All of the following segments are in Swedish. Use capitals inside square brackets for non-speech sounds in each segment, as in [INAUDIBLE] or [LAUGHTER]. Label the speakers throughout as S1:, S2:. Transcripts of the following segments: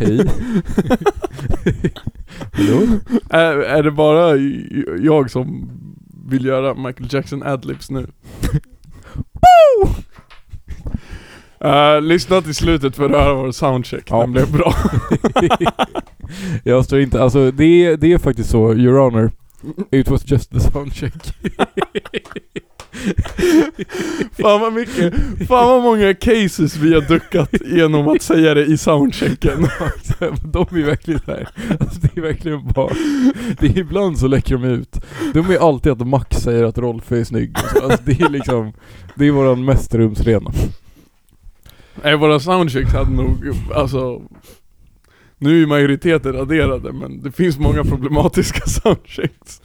S1: Hej. Hallå?
S2: Är, är det bara j- jag som vill göra Michael Jackson adlibs nu? Woo! Eh, lyssna till slutet för att höra vår soundcheck,
S1: Ja.
S2: den blev bra.
S1: [LAUGHS] Jag står inte, alltså det är, det är faktiskt så, Your Honor. It was just the soundcheck.
S2: [LAUGHS] Fan vad mycket, fan vad många cases vi har duckat genom att säga det i soundchecken.
S1: [LAUGHS] de är verkligen där. Alltså det är verkligen bara, det är ibland så läcker de ut. De är alltid att Max säger att Rolf är snygg och så. Alltså det är liksom, det är våran mästerrumsrena.
S2: Nej våra soundchecks hade nog, alltså Nu är majoriteten raderade men det finns många problematiska soundchecks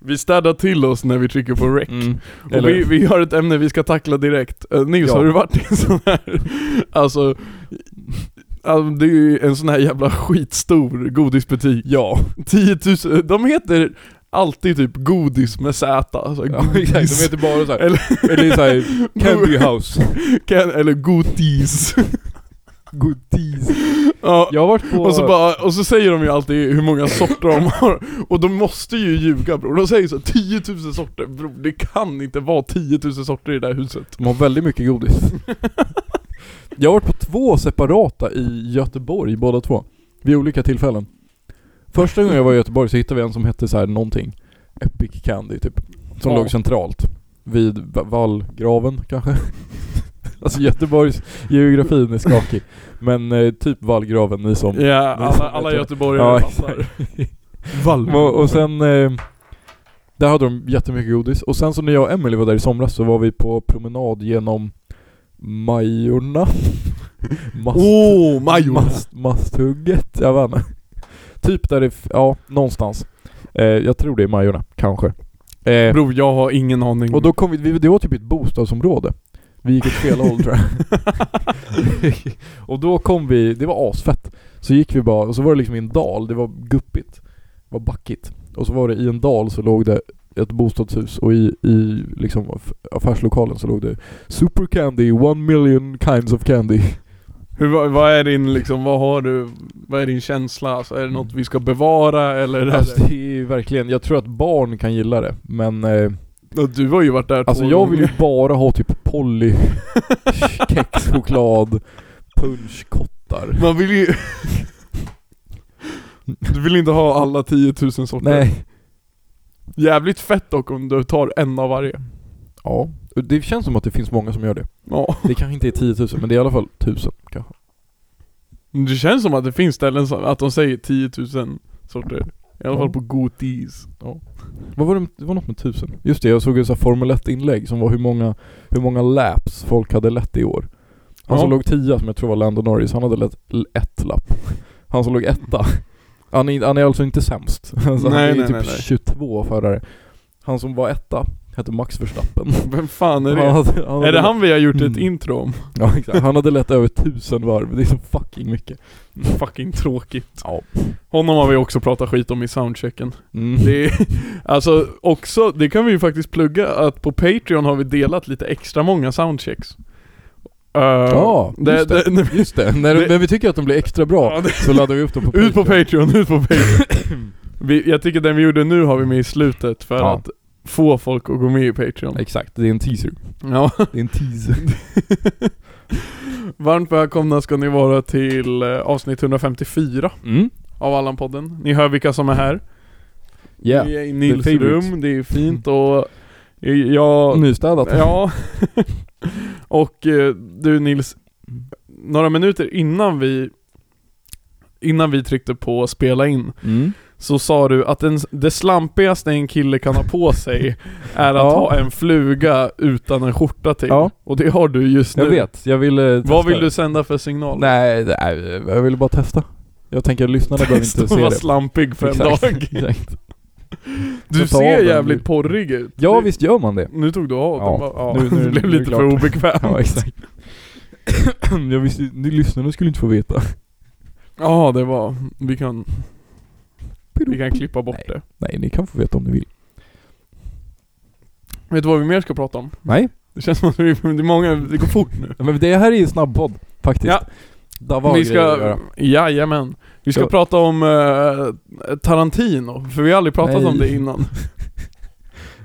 S2: Vi städar till oss när vi trycker på rec Mm. Och
S1: Mm. Eller-
S2: vi, vi har ett ämne vi ska tackla direkt Eh, Nils
S1: Ja.
S2: har du varit i en sån här, alltså Alltså, det är ju en sån här jävla skitstor godisbutik
S1: Ja.
S2: 10 000, de heter alltid typ godis med Z, alltså
S1: ja, exakt.
S2: godis.
S1: De heter bara såhär,
S2: Eller-
S1: eller, eller såhär,
S2: [LAUGHS]
S1: Candy House.
S2: Kan, eller godis
S1: Goodies.
S2: ja.
S1: Jag har varit på...
S2: Och så, bara, och så säger de ju alltid hur många sorter de har, och de måste ju ljuga bror. De säger så 10 000 sorter, bror det kan inte vara 10 000 sorter i det här huset.
S1: De har väldigt mycket godis. Jag har varit på två separata i Göteborg, båda två. Vid olika tillfällen. Första gången jag var i Göteborg så hittade vi en som hette så här någonting. Epic Candy typ. Som
S2: Ja.
S1: låg centralt. Vid Va- Vallgraven kanske? [LAUGHS] alltså Göteborgs geografin är skakig. Men eh, typ Vallgraven, ni som...
S2: Ja, alla,
S1: vet
S2: alla
S1: jag.
S2: göteborgare
S1: Ja,
S2: fattar.
S1: Och, och sen... Eh, där hade de jättemycket godis. Och sen så när jag och Emily var där i somras så var vi på promenad genom Majorna. Mast,
S2: Åh, oh,
S1: mast, masthugget, jag vet inte. Typ där det, f- ja någonstans. Eh, jag tror det är Majorna, kanske. Eh,
S2: Bror jag har ingen aning.
S1: och då kom vi, vi, det var typ ett bostadsområde. Vi gick åt fel håll tror jag. [LAUGHS] och då kom vi, det var asfett. Så gick vi bara, och så var det liksom i en dal, det var guppigt. Det var backigt. Och så var det i en dal så låg det ett bostadshus och i, i liksom aff- affärslokalen så låg det Super Candy, one million kinds of candy.
S2: Hur, vad, vad är din liksom, vad har du, vad är din känsla? Alltså, är det något vi ska bevara eller? Är det
S1: Alltså [LAUGHS] det är ju verkligen, jag tror att barn kan gilla det. Men eh,
S2: Ja, Du har ju varit där
S1: alltså
S2: två
S1: jag vill ju
S2: gånger.
S1: bara ha [LAUGHS] typ Polly, kex, [LAUGHS] choklad, punschkottar.
S2: Man vill ju... Du vill inte ha alla 10 000 sorter?
S1: Nej.
S2: Jävligt fett dock om du tar en av varje.
S1: Ja. Det känns som att det finns många som gör det.
S2: Ja.
S1: Det kanske inte är 10 000 men det är i alla fall 1000 kanske.
S2: Det känns som att det finns ställen som, att de säger 10 000 sorter. I alla
S1: Ja.
S2: fall på godis.
S1: Vad var det, det var något med 1000? Just det, jag såg ett så här Formel 1 inlägg som var hur många, hur många laps folk hade lett i år. Han som
S2: Ja.
S1: låg 10 som jag tror var Lando Norris, han hade lett l- ett lapp. Han som låg etta. Han är, han är alltså inte sämst. [LAUGHS] Alltså han
S2: Nej,
S1: är
S2: nej,
S1: typ
S2: nej, nej.
S1: 22 förare. Han som var etta hette Max Verstappen.
S2: Vem fan är det?
S1: Han hade, han hade
S2: är det han vi har gjort ett
S1: Mm.
S2: intro om?
S1: Ja, exakt. Han hade lett över 1000 varv, det är så fucking mycket.
S2: [LAUGHS] Fucking tråkigt.
S1: Ja.
S2: Honom har vi också pratat skit om i soundchecken.
S1: Mm.
S2: Det är, [LAUGHS] alltså också, det kan vi ju faktiskt plugga, att på Patreon har vi delat lite extra många soundchecks. Uh,
S1: Ja, just det.
S2: [LAUGHS]
S1: Just det, när,
S2: Det-
S1: när vi tycker att de blir extra bra
S2: Ja, det-
S1: så laddar vi upp dem på
S2: [LAUGHS] Ut på Patreon, ut på Patreon.
S1: [LAUGHS]
S2: vi, jag tycker den vi gjorde nu har vi med i slutet för
S1: Ja.
S2: att få folk att gå med i Patreon.
S1: Exakt, det är en teaser.
S2: Ja. [LAUGHS]
S1: Det är en teaser.
S2: Varmt välkomna ska ni vara till eh, avsnitt 154
S1: Mm.
S2: av Allan-podden. Ni hör vilka som är här.
S1: Yeah.
S2: Vi är i Nils
S1: the favorites.
S2: rum, det är fint och jag...
S1: Nystädat.
S2: Ja. [LAUGHS] och eh, du Nils, några minuter innan vi Innan vi tryckte på spela in
S1: Mm.
S2: så sa du att den, det slampigaste en kille kan ha
S1: [LAUGHS]
S2: på sig är att
S1: Ja.
S2: ha en fluga utan en skjorta till.
S1: Ja.
S2: Och det har du just nu.
S1: Jag vet, jag ville testa
S2: Vad vill
S1: det.
S2: du sända för signal?
S1: Nej, nej, jag ville bara testa. Jag tänker att lyssnarna
S2: [LAUGHS]
S1: behöver
S2: Testa
S1: inte
S2: att
S1: se
S2: vara
S1: det.
S2: slampig för en
S1: Exakt,
S2: dag.
S1: [LAUGHS] Exakt.
S2: Du
S1: Så ta av
S2: ser
S1: den
S2: jävligt
S1: nu.
S2: porrig ut.
S1: Ja
S2: Du-
S1: visst gör man det.
S2: Nu tog du av den
S1: Ja.
S2: bara, ja.
S1: Nu- nu är det-
S2: Det [LAUGHS] blev
S1: nu är det
S2: lite
S1: klart.
S2: för obekvämt.
S1: Ja exakt. [CLEARS THROAT] jag visste, ni lyssnarna skulle inte få veta.
S2: Ja det var, vi kan, vi kan klippa bort
S1: Nej.
S2: det.
S1: Nej, ni kan få veta om ni vill.
S2: Vet du vad vi mer ska prata om?
S1: Nej.
S2: Det känns som att vi, det är många, det går fort nu.
S1: Men det här är ju en snabb podd faktiskt.
S2: Ja.
S1: Där var
S2: Vi
S1: grejer att
S2: ska,
S1: göra.
S2: jajamän. Vi ska
S1: Ja.
S2: prata om eh, Tarantino, för vi har aldrig pratat
S1: Nej.
S2: om det innan.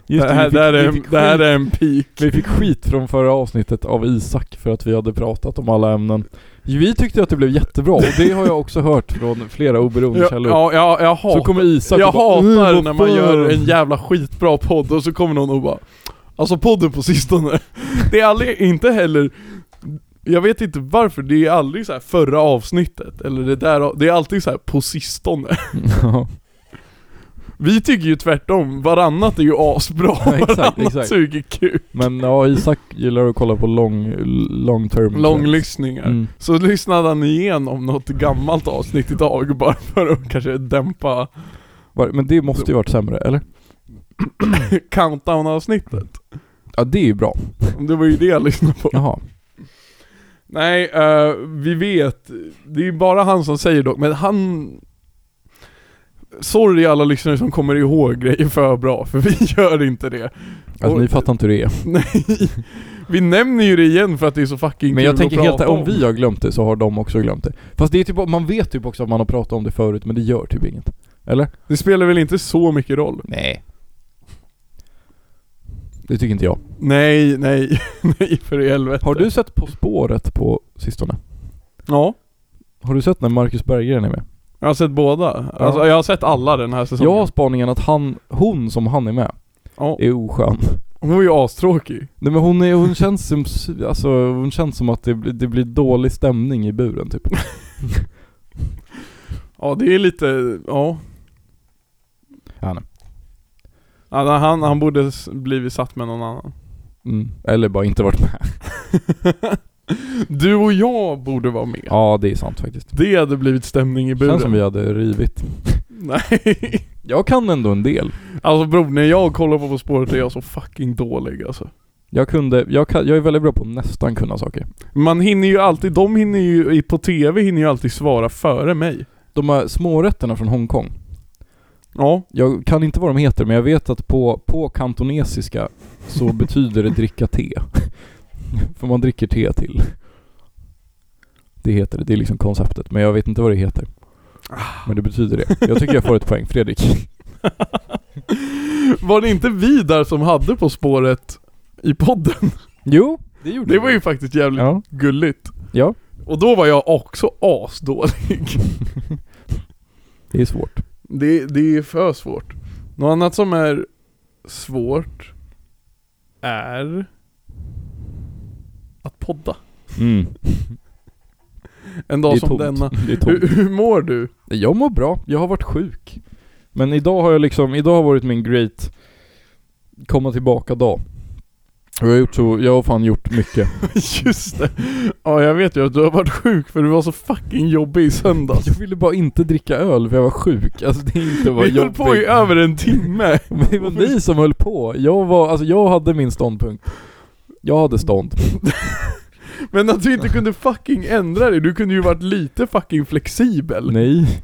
S1: Just
S2: det, här,
S1: vi fick-
S2: det, här är,
S1: vi
S2: en-
S1: fick
S2: det här
S1: skit-
S2: är en peak.
S1: Vi fick skit från förra avsnittet av Isak för att vi hade pratat om alla ämnen. Vi tyckte att det blev jättebra och det har jag också hört från flera oberoende
S2: Ja,
S1: källor.
S2: ja, ja, jag hatar,
S1: Så kommer Isak
S2: jag
S1: och bara, "Mm,
S2: hatar
S1: vad
S2: när man
S1: fan."
S2: gör en jävla skitbra podd och så kommer någon och bara Alltså podden på sistone, [LAUGHS] det är aldrig, inte heller jag vet inte varför, det är aldrig så här förra avsnittet, eller det där, det är alltid så här på sistone [LAUGHS]
S1: [LAUGHS] Ja,
S2: Vi tycker ju tvärtom, varannat är ju
S1: [LAUGHS]
S2: asbra,
S1: Ja,
S2: [LAUGHS]
S1: exakt,
S2: varannat
S1: exakt.
S2: suger kul
S1: Men ja, Isak gillar att kolla på long, long term.
S2: Långlyssningar
S1: Mm.
S2: Så lyssnade han igenom något gammalt avsnitt idag bara för att kanske dämpa [LAUGHS]
S1: Var- Men det måste ju varit sämre, eller?
S2: countdown-avsnittet
S1: Ja, det är ju bra.
S2: Det var ju det jag lyssnade på
S1: Jaha.
S2: Nej, eh, vi vet. Det är ju bara han som säger dock, men han... Sorry alla lyssnare som kommer ihåg grejer för bra, för vi [LAUGHS] gör inte det.
S1: Alltså
S2: Och-
S1: ni fattar inte hur det är.
S2: Nej. Vi nämner ju det igen för att det är så fucking
S1: Men
S2: kul
S1: jag tänker
S2: att
S1: helt
S2: prata
S1: om vi har glömt det så har de också glömt det. Fast det är typ, man vet typ också att man har pratat om det förut men det gör typ inget. Eller?
S2: Det spelar väl inte så mycket roll?
S1: Nej. Det tycker inte jag.
S2: Nej, nej, [LAUGHS] nej för i helvete.
S1: Har du sett På spåret på sistone?
S2: Ja,
S1: Har du sett när Marcus Berggren är med?
S2: jag har sett båda. Alltså, jag har sett alla den här säsongen.
S1: Jag har spaningen att han, hon som han är med,
S2: Ja.
S1: är oskön.
S2: Hon var ju astråkig.
S1: Nej men hon, är, hon känns som, alltså, hon känns som att det, blir- det blir dålig stämning i buren typ.
S2: Ja, det är lite, ja.
S1: Ja, nej.
S2: Han, han, han borde s- blivit satt med någon annan.
S1: Mm. Eller bara inte varit med.
S2: [LAUGHS] Du och jag borde vara med.
S1: Ja det är sant faktiskt.
S2: Det hade blivit stämning i buren.
S1: Känns som vi hade rivit.
S2: Nej.
S1: Jag kan ändå en del.
S2: Alltså bror, när jag kollar på På spåret är jag så fucking dålig alltså.
S1: Jag kunde, jag, kan, jag är väldigt bra på att nästan kunna saker.
S2: Man hinner ju alltid, de hinner ju, i- på TV hinner ju alltid svara före mig.
S1: De här smårätterna från Hongkong.
S2: Ja. [LAUGHS]
S1: Jag kan inte vad de heter men jag vet att på, på kantonesiska [LAUGHS] så betyder det dricka te. [LAUGHS] För man dricker te till. Det heter det, det är liksom konceptet. Men jag vet inte vad det heter. Men det betyder det. Jag tycker jag får ett poäng. Fredrik.
S2: Var det inte vi där som hade På spåret i podden?
S1: Jo, det gjorde
S2: Det var ju faktiskt jävligt
S1: Ja.
S2: gulligt.
S1: ja,
S2: Och då var jag också asdålig.
S1: det är svårt.
S2: Det, det är för svårt. Något annat som är svårt är att podda.
S1: Mm.
S2: En
S1: Det
S2: dag
S1: är
S2: som
S1: tomt.
S2: denna.
S1: Det är tomt.
S2: Hur, hur
S1: [LAUGHS]
S2: mår du?
S1: Jag mår bra, jag har varit sjuk. Men idag har jag liksom, idag har varit min great komma tillbaka dag. Och jag har gjort så, jag har fan gjort mycket.
S2: Just det. Ja, jag vet ju att du har varit sjuk för du var så fucking jobbig i
S1: [LAUGHS]
S2: söndags.
S1: Jag ville bara inte dricka öl för jag var sjuk. Alltså det är inte vad
S2: Vi höll
S1: [LAUGHS] jag
S2: på i över en timme.
S1: Men Det var ni som höll på. Jag var, alltså jag hade min ståndpunkt. Jag hade stånd.
S2: Men att du inte kunde fucking ändra dig, du kunde ju varit lite fucking flexibel.
S1: Nej.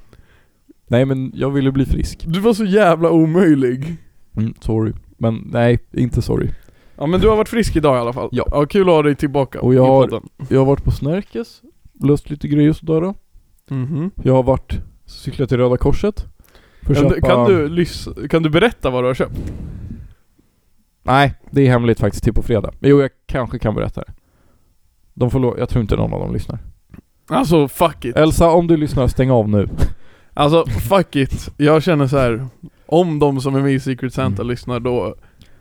S1: Nej men jag ville bli frisk.
S2: Du var så jävla omöjlig.
S1: Mm, sorry. Men nej, inte sorry.
S2: Ja men du har varit frisk idag i alla fall.
S1: Ja.
S2: ja kul att ha dig tillbaka
S1: Och jag
S2: i
S1: har-
S2: podden.
S1: Jag har varit på Snärkes, löst lite grejer och sådär då.
S2: Mhm.
S1: Jag har varit, cyklat till Röda Korset. För att
S2: Kan, du-
S1: köpa-
S2: kan, du, lys- kan du berätta vad du har köpt?
S1: Nej, det är hemligt faktiskt till på fredag. Men jo, jag kanske kan berätta det. De får lov, jag tror inte någon av dem lyssnar.
S2: Alltså fuck it.
S1: Elsa, om du lyssnar, stäng av nu.
S2: Alltså fuck it. Jag känner så här. om de som är med i Secret Santa
S1: Mm.
S2: lyssnar då,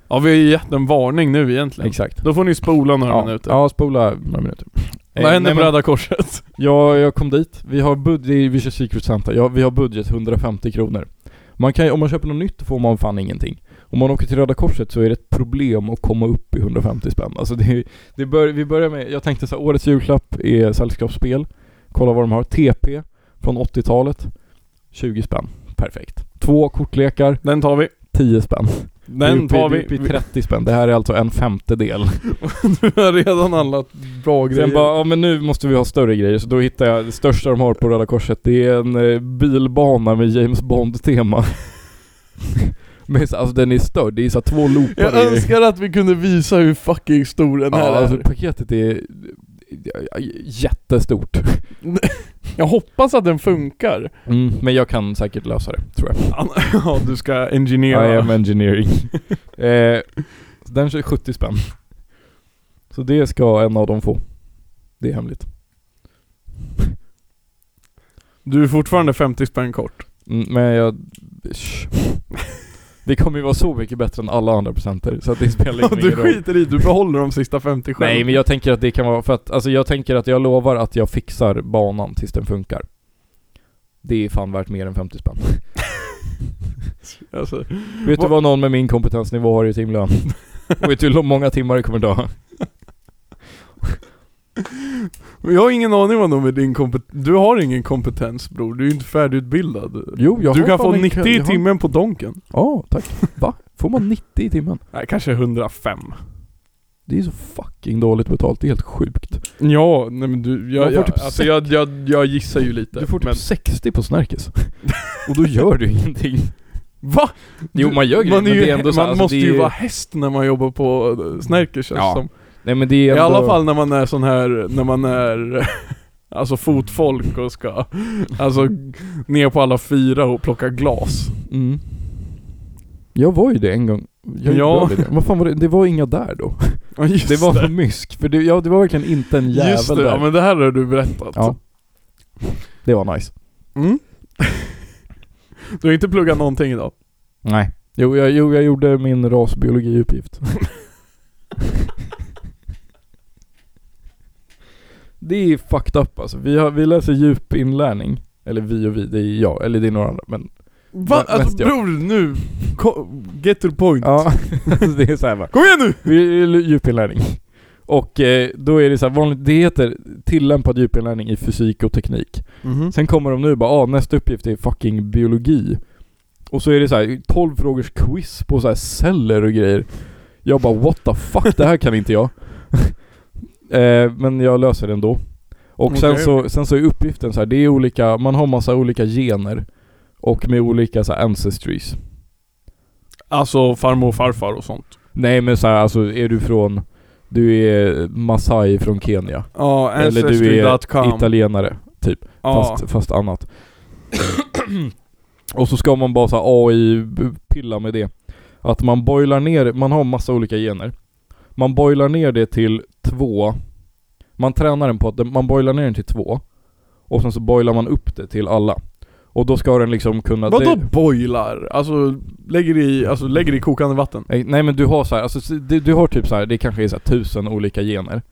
S2: ja vi har ju gett en varning nu egentligen.
S1: Exakt.
S2: Då får ni spola några
S1: Ja,
S2: minuter.
S1: ja, spola några minuter.
S2: Vad
S1: Eh,
S2: händer
S1: nej,
S2: på
S1: men- [LAUGHS]
S2: Röda Korset?
S1: Ja, jag kom dit. Vi har budget, vi kör Secret Santa. Ja, vi har budget 150 kronor. Man kan, ju- om man köper något nytt får man fan ingenting. Om man åker till Röda Korset så är det ett problem att komma upp i 150 spänn. Alltså det, är- det bör, vi börjar med, jag tänkte så här, årets julklapp är sällskapsspel. Kolla vad de har. TP från 80-talet. 20 spänn. Perfekt. Två kortlekar,
S2: Den tar vi.
S1: 10 spänn. Det är
S2: Den
S1: uppe i-
S2: tar
S1: det är
S2: vi.
S1: uppe i
S2: [LAUGHS]
S1: 30 spänn. Det här är alltså en femtedel.
S2: Du har redan handlat bra grejer.
S1: Sen bara, ja men nu måste vi ha större grejer, så då hittar jag det största de har på Röda Korset, det är en eh, bilbana med James Bond-tema. [LAUGHS] men så- alltså den är störd, det är så här två loopar
S2: jag
S1: i-
S2: önskar att vi kunde visa hur fucking stor den
S1: ja,
S2: här
S1: alltså
S2: är.
S1: paketet är jättestort.
S3: Jag hoppas att den funkar.
S1: Mm, men jag kan säkert lösa det, tror jag.
S2: [LAUGHS] Ja, du ska
S1: I
S2: engineera.
S1: am engineering. [LAUGHS] eh, så den kör 70 spänn. Så det ska en av dem få. Det är hemligt.
S2: Du är fortfarande 50 spänn kort.
S1: Mm, men jag... [LAUGHS] Sh. Det kommer ju vara så mycket bättre än alla andra presenter, så att det spelar
S2: Ja,
S1: liksom
S2: du
S1: ingen roll.
S2: skiter i, du behåller de sista 50 själv.
S1: Nej men jag tänker att det kan vara för att, alltså jag tänker att jag lovar att jag fixar banan tills den funkar. Det är fan värt mer än 50 spänn.
S2: Alltså,
S1: Vet du
S2: Vad-
S1: vad någon med min kompetensnivå har i [LAUGHS] timlön? Och vet du hur många timmar det kommer ta?
S2: jag har ingen aning vad de med din kompetens... Du har ingen kompetens bror, du är ju inte färdigutbildad.
S1: Jo, jag
S2: Du
S1: har
S2: kan
S1: fan
S2: få
S1: en-
S2: 90 i
S1: jag har-
S2: timmen på Donken.
S1: Ja, tack. Va? Får man 90 i timmen?
S2: Nej, kanske 105.
S1: Det är så fucking dåligt betalt, det är helt sjukt.
S2: Ja, nej men du, jag,
S1: Man får
S2: jag,
S1: typ
S2: alltså jag, jag, jag gissar ju lite.
S1: Du får typ
S2: men,
S1: 60 på Snärkes. Och då gör du ingenting.
S2: Va?
S1: Jo,
S2: Du-
S1: man gör grejer,
S2: man,
S1: men
S2: ju,
S1: det är ändå så
S2: man
S1: här, alltså,
S2: måste
S1: det är
S2: ju
S1: ju-
S2: vara häst när man jobbar på eh, Snärkes känns
S1: Ja,
S2: som.
S1: Nej men det är
S2: I
S1: ändå...
S2: alla fall när man är sån här, när man är [LAUGHS] Alltså fotfolk och ska, alltså ner på alla fyra och plocka glas.
S1: Mm. Jag var ju det en gång. Jag
S2: Ja.
S1: ja. Det. Vad fan var det? Det var inga där [LAUGHS] då.
S2: Ja just
S1: Det var en mysk, för det, ja, det var verkligen inte en jävel
S2: Just det,
S1: där.
S2: ja men det här har du berättat.
S1: Ja. Det var nice.
S2: Mm. [LAUGHS] Du har inte pluggat någonting idag?
S1: Nej. Jo, jag, jo, jag gjorde min rasbiologiuppgift. [LAUGHS] det är fucked up alltså. Vi, har, vi läser djupinlärning. Eller vi och vi, det är jag, eller det är några andra men...
S2: Va?
S1: Nej,
S2: Alltså
S1: mest jag.
S2: bror nu, ko- get to the point.
S1: Ja, [LAUGHS] det är så här va.
S2: Kom igen nu!
S1: Vi är djupinlärning. Och eh, då är det så här vanligt, det heter tillämpad djupinlärning i fysik och teknik. Sen kommer de nu och bara ah, nästa uppgift är fucking biologi. Och så är det så här 12 frågors quiz på så här celler och grejer. Jag bara what the fuck, det här kan inte jag. [LAUGHS] eh, men jag löser det ändå. Och sen,
S2: Okej.
S1: så, sen så är uppgiften så här, det är olika, man har massa olika gener. Och med olika så här ancestries.
S2: Alltså farmor och farfar och sånt.
S1: Nej men så här, alltså är du från, du är Masai från Kenya.
S2: Ja,
S1: Eller du är
S2: ancestry.com.
S1: italienare, typ.
S2: Ja.
S1: fast, fast annat.
S2: [COUGHS]
S1: och så ska man bara så här AI-pilla med det. Att man boilar ner, man har massa olika gener. Man boilar ner det till två, man tränar den på att den- man boilar ner den till två. Och sen så boilar man upp det till alla. Och då ska den liksom kunna...
S2: Vadå
S1: det-
S2: boilar? Alltså lägger det i, alltså lägger det i kokande vatten?
S1: Nej, nej men du har så här, alltså, så- du, du har typ så här, det kanske är så här tusen olika gener.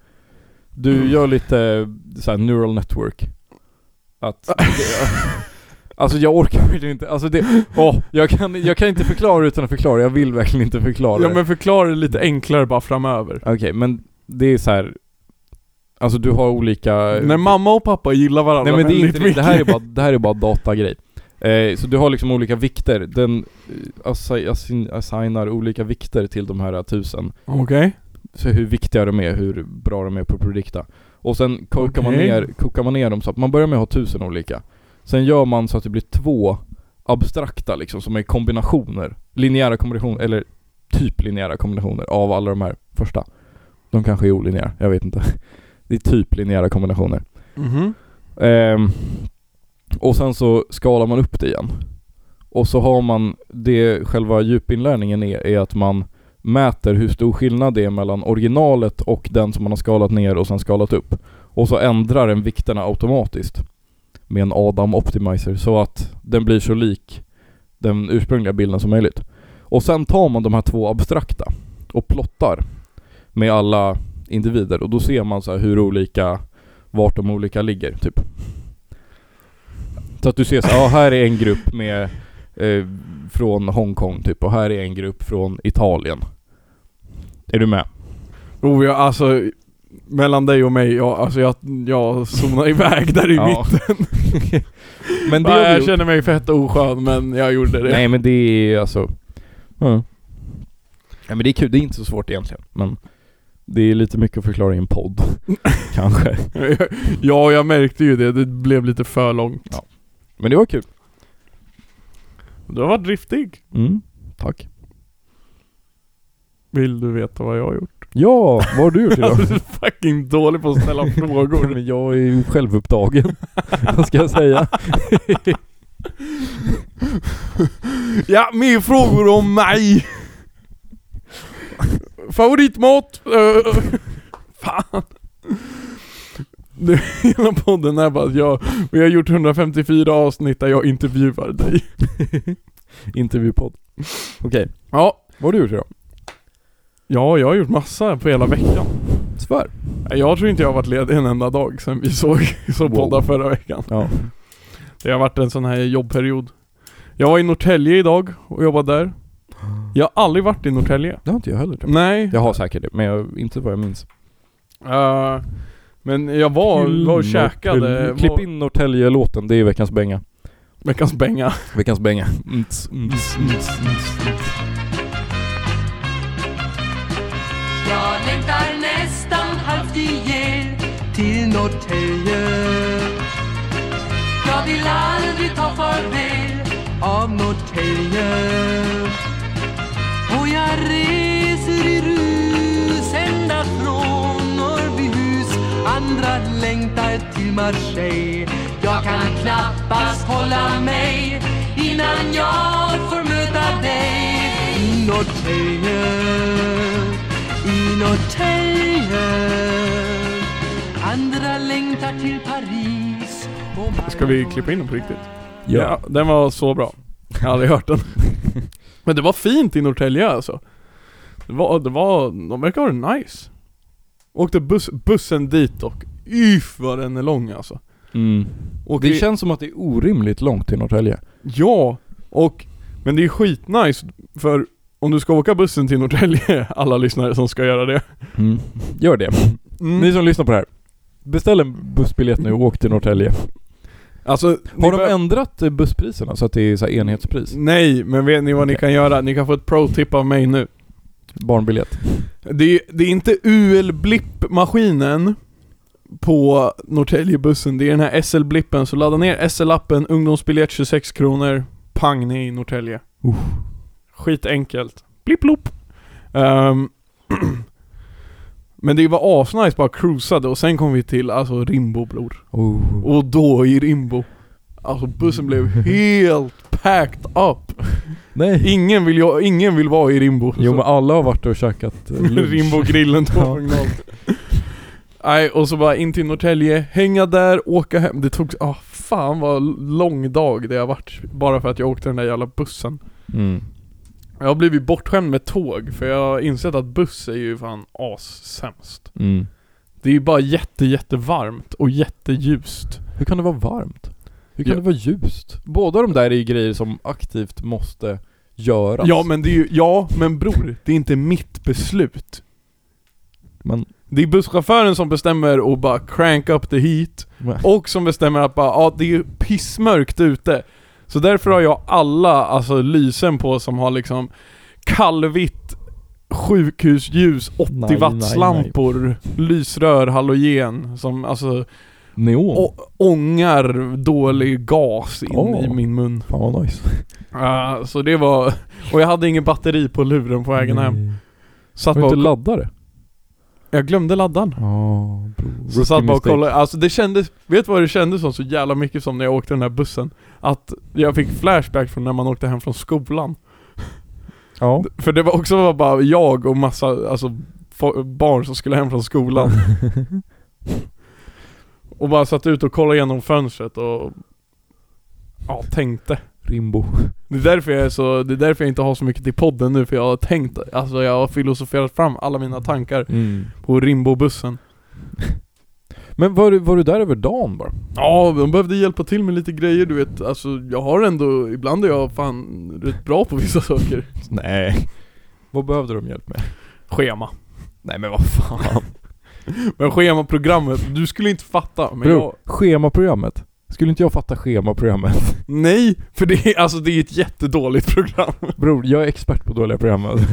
S1: Du
S2: Mm.
S1: gör lite så här neural network. Att...
S2: [LAUGHS]
S1: alltså jag orkar verkligen inte, alltså det... Åh, jag, kan, jag kan inte förklara utan att förklara, jag vill verkligen inte förklara
S2: Ja
S1: det.
S2: men förklara det lite enklare bara framöver.
S1: Okej, men det är så här. Alltså du har olika...
S2: När mamma och pappa gillar varandra
S1: Nej men det är
S2: väldigt
S1: inte, det här är
S2: mycket.
S1: bara, det här är bara datagrej. Eh, så du har liksom olika vikter, den eh, assi- assin- assignar olika vikter till de här tusen.
S2: Okej.
S1: så hur viktiga de är, hur bra de är på att predikta. Och sen kokar, man
S2: Okej.
S1: ner, kokar man ner dem så att man börjar med att ha tusen olika. Sen gör man så att det blir två abstrakta liksom, som är kombinationer. Linjära kombinationer, eller typ linjära kombinationer av alla de här första. De kanske är olinjära, jag vet inte. [LAUGHS] Det är typ linjära kombinationer.
S2: Mhm.
S1: Ehm, och sen så skalar man upp det igen. Och så har man, det själva djupinlärningen är, är att man mäter hur stor skillnad det är mellan originalet och den som man har skalat ner och sen skalat upp. Och så ändrar den vikterna automatiskt med en Adam Optimizer så att den blir så lik den ursprungliga bilden som möjligt. Och sen tar man de här två abstrakta och plottar med alla individer och då ser man så här hur olika, vart de olika ligger typ. Så att du ser så här, ja här är en grupp med eh, från Hongkong typ och här är en grupp från Italien. Är du med?
S2: Oh, jag, alltså, mellan dig och mig, jag, alltså jag, jag zonar [LAUGHS] iväg där i mitt.
S1: [LAUGHS] men det
S2: Nej,
S1: har vi
S2: jag
S1: gjort.
S2: känner mig fett oskön men jag gjorde det. [LAUGHS]
S1: Nej men det är alltså... Ja. ja men det är kul, det är inte så svårt egentligen. Men det är lite mycket att förklara i en podd. Kanske.
S2: [LAUGHS] ja, jag märkte ju det. Det blev lite för långt.
S1: Men det var kul.
S2: Du har varit driftig.
S1: Mm, tack.
S2: Vill du veta vad jag har gjort?
S1: Ja, vad har du gjort idag?
S2: [LAUGHS] Alltså, du är fucking dålig på att [LAUGHS] ställa
S1: Ja,
S2: frågor.
S1: Men jag är ju självupptagen. [LAUGHS] vad ska jag
S2: [LAUGHS]
S1: säga?
S2: Ja, mer frågor om mig! Favoritmat? Eh, Fan. Det, hela podden är bara att jag, vi har gjort 154 avsnitt där jag intervjuar dig.
S1: Intervjupodd. Okej,
S2: Ja,
S1: vad har du gjort idag?
S2: ja jag har gjort massa på hela veckan.
S1: Svär.
S2: Jag tror inte jag har varit ledig en enda dag sedan vi såg, såg
S1: Wow.
S2: poddar förra veckan.
S1: Ja.
S2: Det har varit en sån här jobbperiod. Jag var i Norrtälje idag och jobbade där. Jag har aldrig varit i Norrtälje.
S1: Det har inte jag heller tror
S2: Nej.
S1: jag. Jag har säkert det, men jag, inte vad jag minns.
S2: Eh, men jag var, var och käkade.
S1: Klipp
S2: var,
S1: in Norrtälje-låten, det är veckans bänga. Mm,
S2: Veckans bänga. [LAUGHS]
S1: Veckans bänga. mm,
S4: Jag längtar nästan halvt ihjäl till Norrtälje Jag vill aldrig ta farväl av Norrtälje Och jag reser i rus ända från Norrbyhus Andra längtar till Marseille Jag kan knappast hålla mig innan jag får möta dig i Norrtälje i Norrtälje Andra längtar till Paris
S2: Ska vi klippa in den på riktigt?
S1: Ja.
S2: den var så bra. Jag har aldrig
S1: [LAUGHS]
S2: hört den. men det var fint i Norrtälje alltså. Det var, det var, de verkar ha det nice. Åkte buss, bussen dit och yff vad den är lång alltså.
S1: Mm.
S2: Och
S1: Det känns som att det är orimligt långt till Norrtälje.
S2: Ja, och men det är skitnice för om du ska åka bussen till Norrtälje, [LAUGHS] alla lyssnare som ska göra det.
S1: Mm. Gör det. Ni som lyssnar på det här. Beställ en bussbiljett nu och åk till Norrtälje.
S2: Alltså, ni
S1: Har de
S2: bör-
S1: ändrat eh, busspriserna så att det är så här enhetspris?
S2: Nej, men vet ni vad ni
S1: Okej.
S2: kan göra? Ni kan få ett pro-tip av mig nu.
S1: Barnbiljett.
S2: Det är, det är inte UL-blipp-maskinen på Norrtäljebussen, det är den här SL-blippen. Så ladda ner SL-appen, ungdomsbiljett 26 kronor, pang ni är i Norrtälje.
S1: Uh.
S2: Skitenkelt. Blipp-lopp. Ehm, [CLEARS THROAT] men det var asnice bara cruisade och sen kom vi till alltså Rimbo bror.
S1: Oh.
S2: Och då i Rimbo. Alltså bussen blev helt packed up.
S1: Nej.
S2: Ingen vill, jag, ingen vill vara i Rimbo.
S1: Jo
S2: Så-
S1: men alla har varit och käkat eh,
S2: [LAUGHS]
S1: lunch.
S2: Rimbo-grillen
S1: Ja.
S2: 2.0 Nej, och så bara in till Norrtälje, hänga där, åka hem. Det tog, ah fan vad lång dag det har varit. Bara för att jag åkte den där jävla bussen.
S1: Mm.
S2: Jag har blivit bortskämd med tåg, för jag har insett att buss är ju fan assämst.
S1: Mm.
S2: Det är ju bara jätte, jättevarmt och jätteljust.
S1: Hur kan det vara varmt? Hur kan
S2: Ja.
S1: det vara ljust? Båda de där är ju grejer som aktivt måste göras.
S2: Ja men det är ju, ja men bror, det är inte mitt beslut.
S1: men
S2: Det är busschauffören som bestämmer och bara crank up the heat
S1: Va?
S2: Och som bestämmer att bara, ja det är ju pissmörkt ute Så därför har jag alla, alltså lysen på som har liksom kallvitt sjukhusljus, 80
S1: Nej,
S2: watts lampor, lysrör, halogen som alltså
S1: neon.
S2: å- ångar dålig gas in
S1: Åh.
S2: i min mun.
S1: Fan vad nice.
S2: Ah, så det var, och jag hade ingen batteri på luren på vägen hem. Satt
S1: Har du
S2: bara
S1: Mm. inte
S2: och,
S1: laddare?
S2: jag glömde laddaren.
S1: Ja,
S2: Så satt bara och kollade, alltså det kändes, vet du vad det kändes som så jävla mycket som när jag åkte den här bussen? Att jag fick flashback från när man åkte hem från skolan.
S1: Ja.
S2: För det var också bara jag och massa, alltså fo- barn som skulle hem från skolan. och bara satt ut och kollade igenom fönstret och Ja, tänkte.
S1: Rimbo.
S2: Det är därför jag är så, det är därför jag inte har så mycket till podden nu för jag har tänkt, alltså jag har filosoferat fram alla mina tankar på Rimbo-bussen.
S1: Mm. Men var, du- var du där över dagen bara?
S2: Ja, de behövde hjälpa till med lite grejer du vet, alltså jag har ändå, ibland är jag fan rätt bra på vissa saker
S1: Nej. Vad behövde de hjälp med?
S2: Schema
S1: Nej men vad fan.
S2: Men schemaprogrammet, du skulle inte fatta men
S1: Bro,
S2: jag,
S1: schemaprogrammet. Skulle inte jag fatta schemaprogrammet? [LAUGHS]
S2: Nej! För det är, alltså det är ett jättedåligt program
S1: Bror, jag är expert på dåliga program. alltså.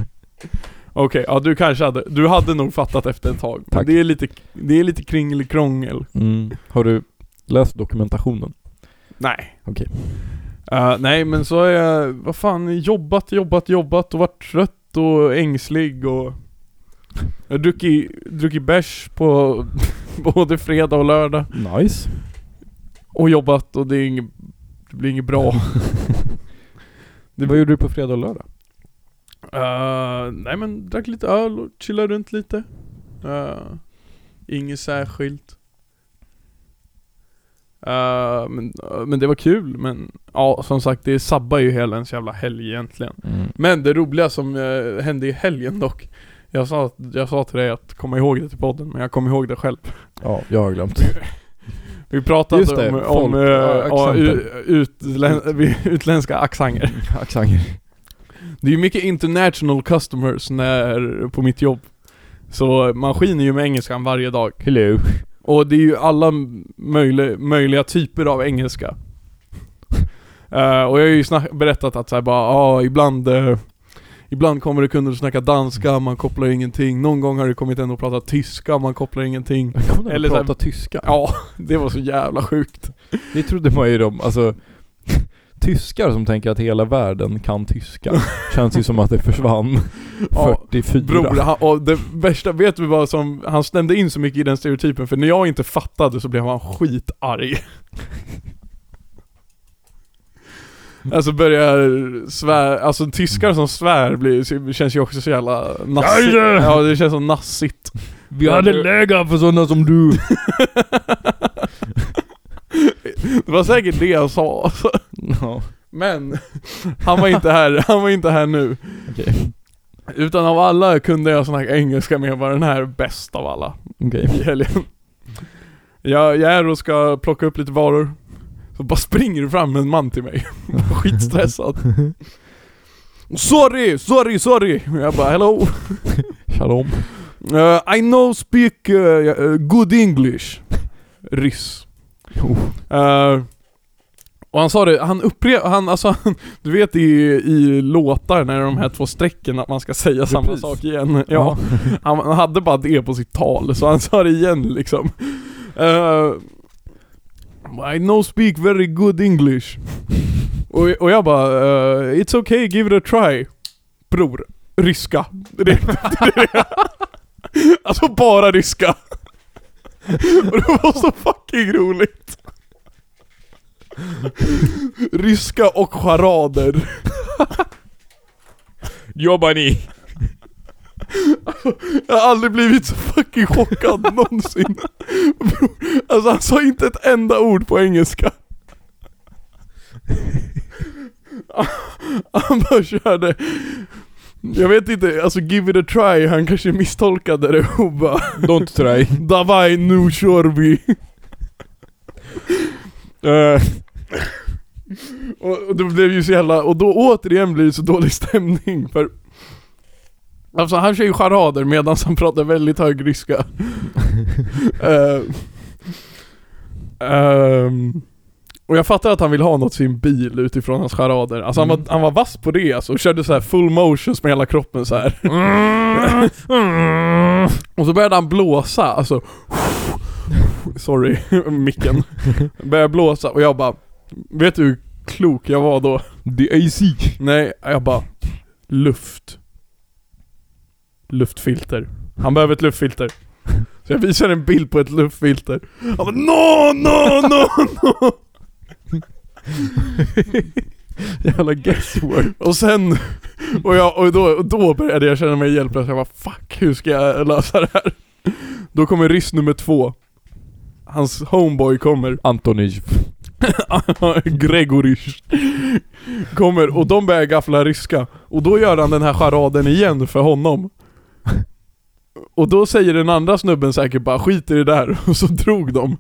S2: Okej, ja du kanske hade, du hade nog fattat efter ett tag men
S1: Tack.
S2: det är lite, det är lite krångel
S1: Har du läst dokumentationen?
S2: Nej
S1: Okej.
S2: Eh, Nej men så har jag, vad fan, jobbat, jobbat, jobbat och varit trött och ängslig och Jag har druckit, druckit bärs på [LAUGHS] både fredag och lördag
S1: Nice.
S2: och jobbat och det, är inget, det blir inget bra.
S1: Vad gjorde du på fredag och lördag?
S2: Eh, nej men drack lite öl och chillade runt lite. Eh, inget särskilt. Eh, men, eh, men det var kul men ja som sagt det sabbar ju hela ens jävla helg egentligen. Men det roliga som eh, hände i helgen dock. Jag sa, jag sa till dig att komma ihåg det till podden men jag kom ihåg det själv.
S1: Ja, jag har
S2: [LAUGHS]
S1: glömt.
S2: Vi pratade
S1: Just det,
S2: om,
S1: folk,
S2: om eh,
S1: ja,
S2: ja,
S1: accenter.
S2: u- utlän, [LAUGHS] utländska accenter.
S1: Accenter.
S2: Det är ju mycket international customers när, på mitt jobb. Så man skiner ju med engelskan varje dag.
S1: Hello.
S2: Och det är ju alla möjliga, möjliga typer av engelska. [LAUGHS] Eh, och jag har ju snack- berättat att såhär bara, ah, ibland eh, Ibland kommer det kunder och snackar danska, man kopplar ingenting. Någon gång har det kommit en och pratat tyska, man kopplar ingenting.
S1: Kommer de
S2: Eller
S1: att
S2: så här-
S1: prata tyska?
S2: Ja, [LAUGHS] det var så jävla sjukt.
S1: Det trodde man ju de, alltså [LAUGHS] Tyskar som tänker att hela världen kan tyska
S2: [LAUGHS]
S1: Känns ju som att det försvann
S2: Ja,
S1: [LAUGHS] 44
S2: Bror, han, och det värsta, vet du vad som, han stämde in så mycket i den stereotypen för när jag inte fattade så blev han skitarg. Alltså börjar svär, alltså tyskar som svär blir, känns ju också så jävla nassigt.
S1: Jajamän!
S2: Ja det känns så nassigt.
S1: Vi hade läger för sådana som
S2: [LAUGHS]
S1: du!
S2: Det var säkert det jag sa alltså.
S1: Ja,
S2: Men, han var inte här, han var inte här nu.
S1: okej.
S2: Utan av alla kunde jag snacka engelska med var den här bäst av alla.
S1: Okej.
S2: i helgen. Jag, jag är och ska plocka upp lite varor. Så bara springer det fram en man till mig. [LAUGHS] Skitstressad. Sorry, sorry, sorry! Jag bara hello.
S1: Shalom.
S2: Eh, I know speak eh, eh, good English. Ryss. Eh, och han sa det, han upprepade, han alltså, [LAUGHS] han- du vet i, i låtar när det är de här två strecken att man ska säga samma
S1: Repris.
S2: sak igen. Ja. Han, han hade bara det på sitt tal, så han sa det igen liksom. Eh, I know speak very good English. och, och jag bara, eh, it's okay, give it a try. Bror, ryska. Det, det, det, alltså bara ryska. och det var så fucking roligt. ryska och charader.
S1: Jobbar ni?
S2: Jag har aldrig blivit så fucking chockad någonsin. Bro, Alltså han sa inte ett enda ord på engelska. [LAUGHS] Han bara körde. Jag vet inte, alltså give it a try, han kanske misstolkade det och bara
S1: Don't try.
S2: Davai nu kör vi! Eh, och, och det blev ju så jävla, och då återigen blir det så dålig stämning för Alltså han kör ju charader medan han pratar väldigt hög ryska Eh, ehm, Och jag fattar att han vill ha något i sin bil utifrån hans charader Alltså han, var, han var vass på det alltså, och körde så här full motions med hela kroppen så här. Och så började han blåsa, alltså Sorry, [LAUGHS] micken Började blåsa och jag bara Vet du hur klok jag var då?
S1: [LAUGHS] The AC.
S2: Nej, jag bara Luft Luftfilter Han behöver ett luftfilter Så jag visar en bild på ett luftfilter Han bara no, no, no, no
S1: Jävla guesswork.
S2: Och sen, och, jag, och, då, och då började jag känna mig hjälplös, jag var fuck hur ska jag lösa det här? Då kommer ryss nummer två Hans homeboy kommer,
S1: Antonij.
S2: [LAUGHS] Gregorish Kommer och de börjar gaffla ryska Och då gör han den här charaden igen för honom Och då säger den andra snubben säkert bara skit i det där [LAUGHS] och så drog de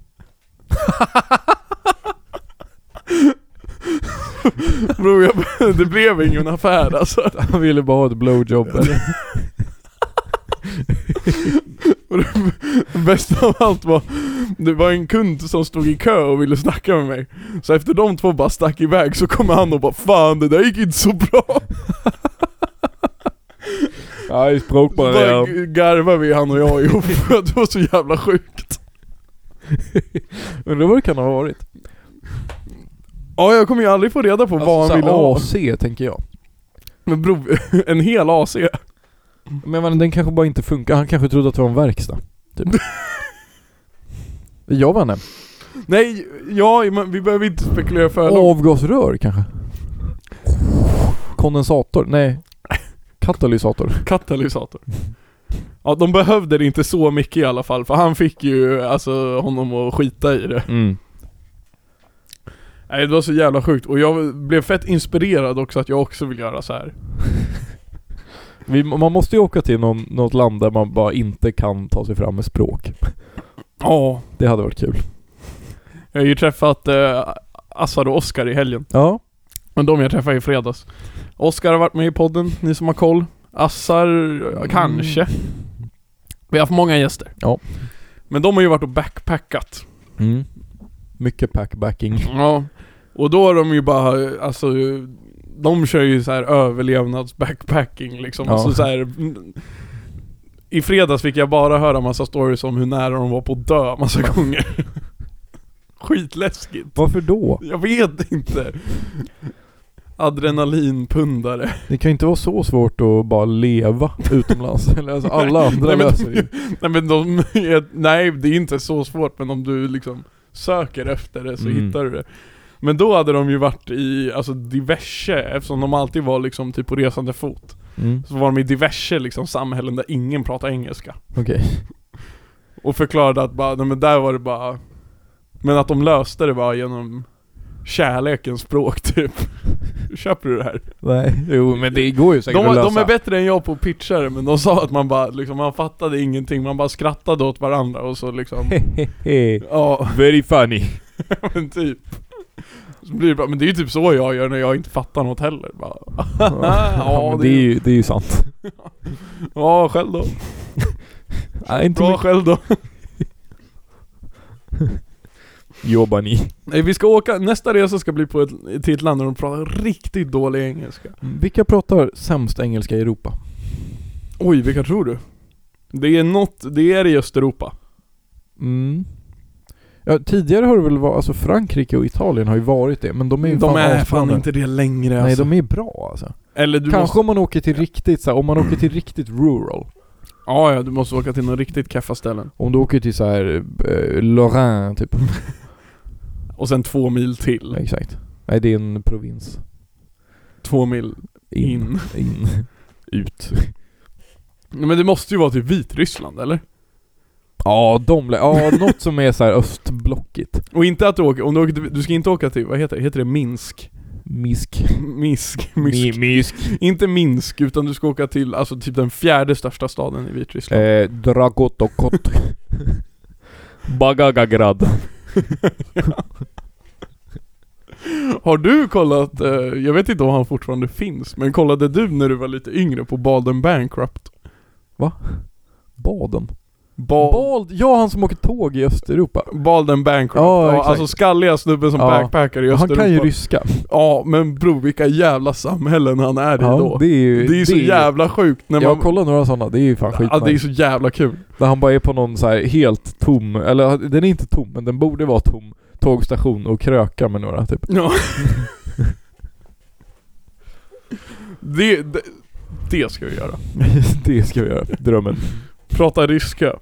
S2: Bro, jag, [LAUGHS] det blev ingen affär alltså
S1: Han ville bara ha ett blowjob eller?
S2: [LAUGHS] Och det bästa av allt var, det var en kund som stod i kö och ville snacka med mig. Så efter de två bara stack iväg så kommer han och bara 'Fan det där gick inte så bra'
S1: Nej, språk
S2: Så bara garvade vi han och jag ihop [LAUGHS] för att det var så jävla sjukt.
S1: Undrar vad det kan ha varit?
S2: Ja jag kommer ju aldrig få
S1: Alltså,
S2: reda på vad han ville ha. [LAUGHS]
S1: AC tänker jag.
S2: Men bro, en hel AC.
S1: Men man, den kanske bara inte funkar. Han kanske trodde att det var en verkstad.
S2: [LAUGHS]
S1: Typ. jag vet inte.
S2: Nej, ja, men vi behöver inte spekulera för långt.
S1: Avgasrör kanske? Kondensator? Nej. Katalysator.
S2: Katalysator. Ja, de behövde det inte så mycket i alla fall, för han fick ju alltså honom att skita i det.
S1: Mm.
S2: Nej, det var så jävla sjukt. Och jag blev fett inspirerad också att jag också vill göra så här.
S1: Vi, man måste ju åka till någon, något land där man bara inte kan ta sig fram med språk.
S2: Ja.
S1: Det hade varit kul.
S2: Jag har ju träffat eh, Assar och Oskar i helgen.
S1: Ja.
S2: Men de jag träffade i fredags. Oskar har varit med i podden, ni som har koll. Assar, ja, kanske. Vi har haft många gäster.
S1: Ja.
S2: Men de har ju varit och backpackat.
S1: Mm. Mycket packbacking.
S2: Ja. Och då har de ju bara, alltså de kör ju så här överlevnadsbackpacking liksom.
S1: Ja.
S2: Alltså så här, I fredags fick jag bara höra massa stories om hur nära de var på att dö massa [LAUGHS] gånger. Skitläskigt.
S1: Varför då?
S2: Jag vet inte. Adrenalinpundare.
S1: Det kan ju inte vara så svårt att bara leva utomlands. [LAUGHS] Eller alltså alla
S2: Nej,
S1: andra
S2: men-
S1: löser det ju.
S2: Nej men de, är, nej det är inte så svårt men om du liksom söker efter det så
S1: Mm.
S2: hittar du det. Men då hade de ju varit i, alltså diverse, eftersom de alltid var liksom typ på resande fot.
S1: Mm.
S2: Så var de i diverse liksom samhällen där ingen pratade engelska.
S1: Okej.
S2: Och förklarade att bara, nej, men där var det bara Men att de löste det bara genom kärlekens språk [LAUGHS] typ. Köper du det här?
S1: Nej. Jo men det går ju
S2: De, var- de är bättre än jag på att pitcha det men de sa att man bara liksom, man fattade ingenting, man bara skrattade åt varandra och
S1: [LAUGHS]
S2: så liksom
S1: Hehehe.
S2: Ja,
S1: [LAUGHS] Very funny.
S2: men typ. Så blir det bara, men det är ju typ så jag gör när jag inte fattar något heller. Bara,
S1: [LAUGHS] ja, men det, är ju, det är ju sant.
S2: ja, själv då.
S1: Nej, inte
S2: Bra
S1: mycket.
S2: själv då.
S1: Jobbar ni.
S2: Nej, vi ska åka, nästa resa ska bli på ett, till ett land där de pratar riktigt dålig engelska.
S1: Vilka pratar sämst engelska i Europa?
S2: Oj, vilka tror du? Det är något, det är i Östeuropa.
S1: Mm. Ja, tidigare har det väl varit, alltså Frankrike och Italien har ju varit det, men de är ju
S2: De är fan
S1: avspanade.
S2: inte det längre
S1: Nej,
S2: alltså.
S1: de är bra alltså.
S2: Eller du
S1: Kanske
S2: måste,
S1: om man åker till riktigt så här, om man åker till riktigt rural.
S2: ja, ja, du måste åka till några riktigt keffa ställen.
S1: Om du åker till så här eh, Lorraine [LAUGHS] typ.
S2: Och sen två mil till.
S1: Exakt. Nej, det är en provins.
S2: Två mil
S1: [LAUGHS]
S2: in.
S1: In. Ut.
S2: Nej, Men det måste ju vara typ Vitryssland eller?
S1: Ja, de, lä- ja något som är så här östblockigt.
S2: Och inte att du åker, om du åker till, du ska inte åka till, vad heter det, heter det Minsk?
S1: Misk.
S2: Misk, Misk.
S1: Mi- misk.
S2: Inte Minsk, utan du ska åka till, alltså typ den fjärde största staden i Vitryssland.
S1: Eh, [LAUGHS] Dragotokot. Bagagagrad.
S2: Har du kollat, eh, jag vet inte om han fortfarande finns, men kollade du när du var lite yngre på Baden Bankrupt?
S1: Baden.
S2: Ba-
S1: Bald, ja han som åker tåg i Östeuropa.
S2: Baden Bankrupt,
S1: Ja,
S2: ja,
S1: exakt.
S2: alltså skalliga snubben som
S1: Ja.
S2: backpackar i
S1: Han
S2: Östeuropa.
S1: kan ju ryska.
S2: Ja, men bro vilka jävla samhällen han är i då.
S1: Ja, det är
S2: Det
S1: ju...
S2: är så jävla sjukt när
S1: Jag har
S2: man...
S1: kollat några sådana, det är ju fan skitnice.
S2: Ja, det är så jävla kul.
S1: När han bara är på någon så här helt tom, eller den är inte tom men den borde vara tom, tågstation och kröka med några typ. [LAUGHS]
S2: Ja. det, det, det ska vi göra.
S1: det ska vi göra, drömmen.
S2: Prata ryska.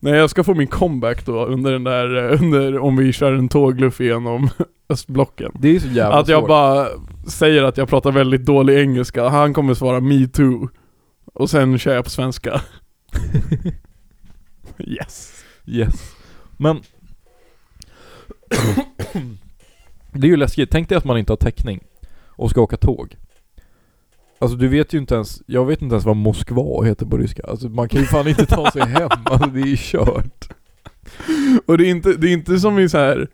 S2: Nej jag ska få min comeback då under den där, eh, under om vi kör en tågluff igenom [LAUGHS] östblocken.
S1: Det är så jävla
S2: att jag
S1: svårt.
S2: bara säger att jag pratar väldigt dålig engelska, han kommer svara me too. Och sen kör jag på svenska. [LAUGHS] yes.
S1: Yes. Men... [COUGHS] det är ju läskigt. Tänk dig att man inte har täckning och ska åka tåg. Alltså du vet ju inte ens, jag vet inte ens vad Moskva heter på ryska. Alltså man kan ju fan inte ta sig
S2: [LAUGHS]
S1: hem, alltså det är ju kört.
S2: Och det är inte, det är inte som i så här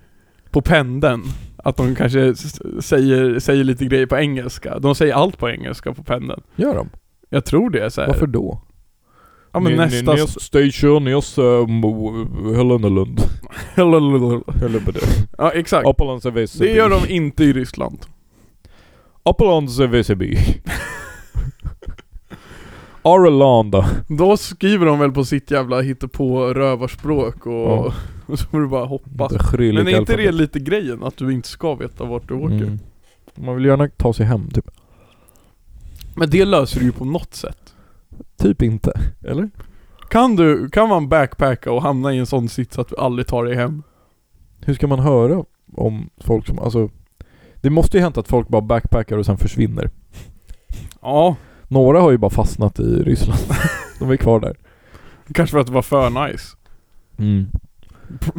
S2: på pendeln. Att de kanske s- säger, säger lite grejer på engelska. De säger allt på engelska på pendeln.
S1: Gör de?
S2: Jag tror det är så här.
S1: Varför då?
S2: Ja men nästa...
S1: station
S2: eh,
S1: is [LAUGHS] Helenelund.
S2: [LAUGHS] ja exakt.
S1: Upplands
S2: Det gör de inte i Ryssland.
S1: Upplands Väseby.
S2: [LAUGHS]
S1: Arlanda.
S2: Då skriver de väl på sitt jävla hittepå rövarspråk och,
S1: Ja.
S2: [LAUGHS] och så får du bara hoppas. Men är inte det lite grejen? Att du inte ska veta vart du åker?
S1: Mm. Man vill gärna ta sig hem typ.
S2: Men det löser du ju på något sätt.
S1: Typ inte. Eller?
S2: Kan du, kan man backpacka och hamna i en sån sits att du aldrig tar dig hem?
S1: Hur ska man höra om folk som, alltså Det måste ju hänt att folk bara backpackar och sen försvinner.
S2: Ja,
S1: Några har ju bara fastnat i Ryssland. [LAUGHS] De är kvar där.
S2: kanske för att det var för nice. [LAUGHS]
S1: Mm.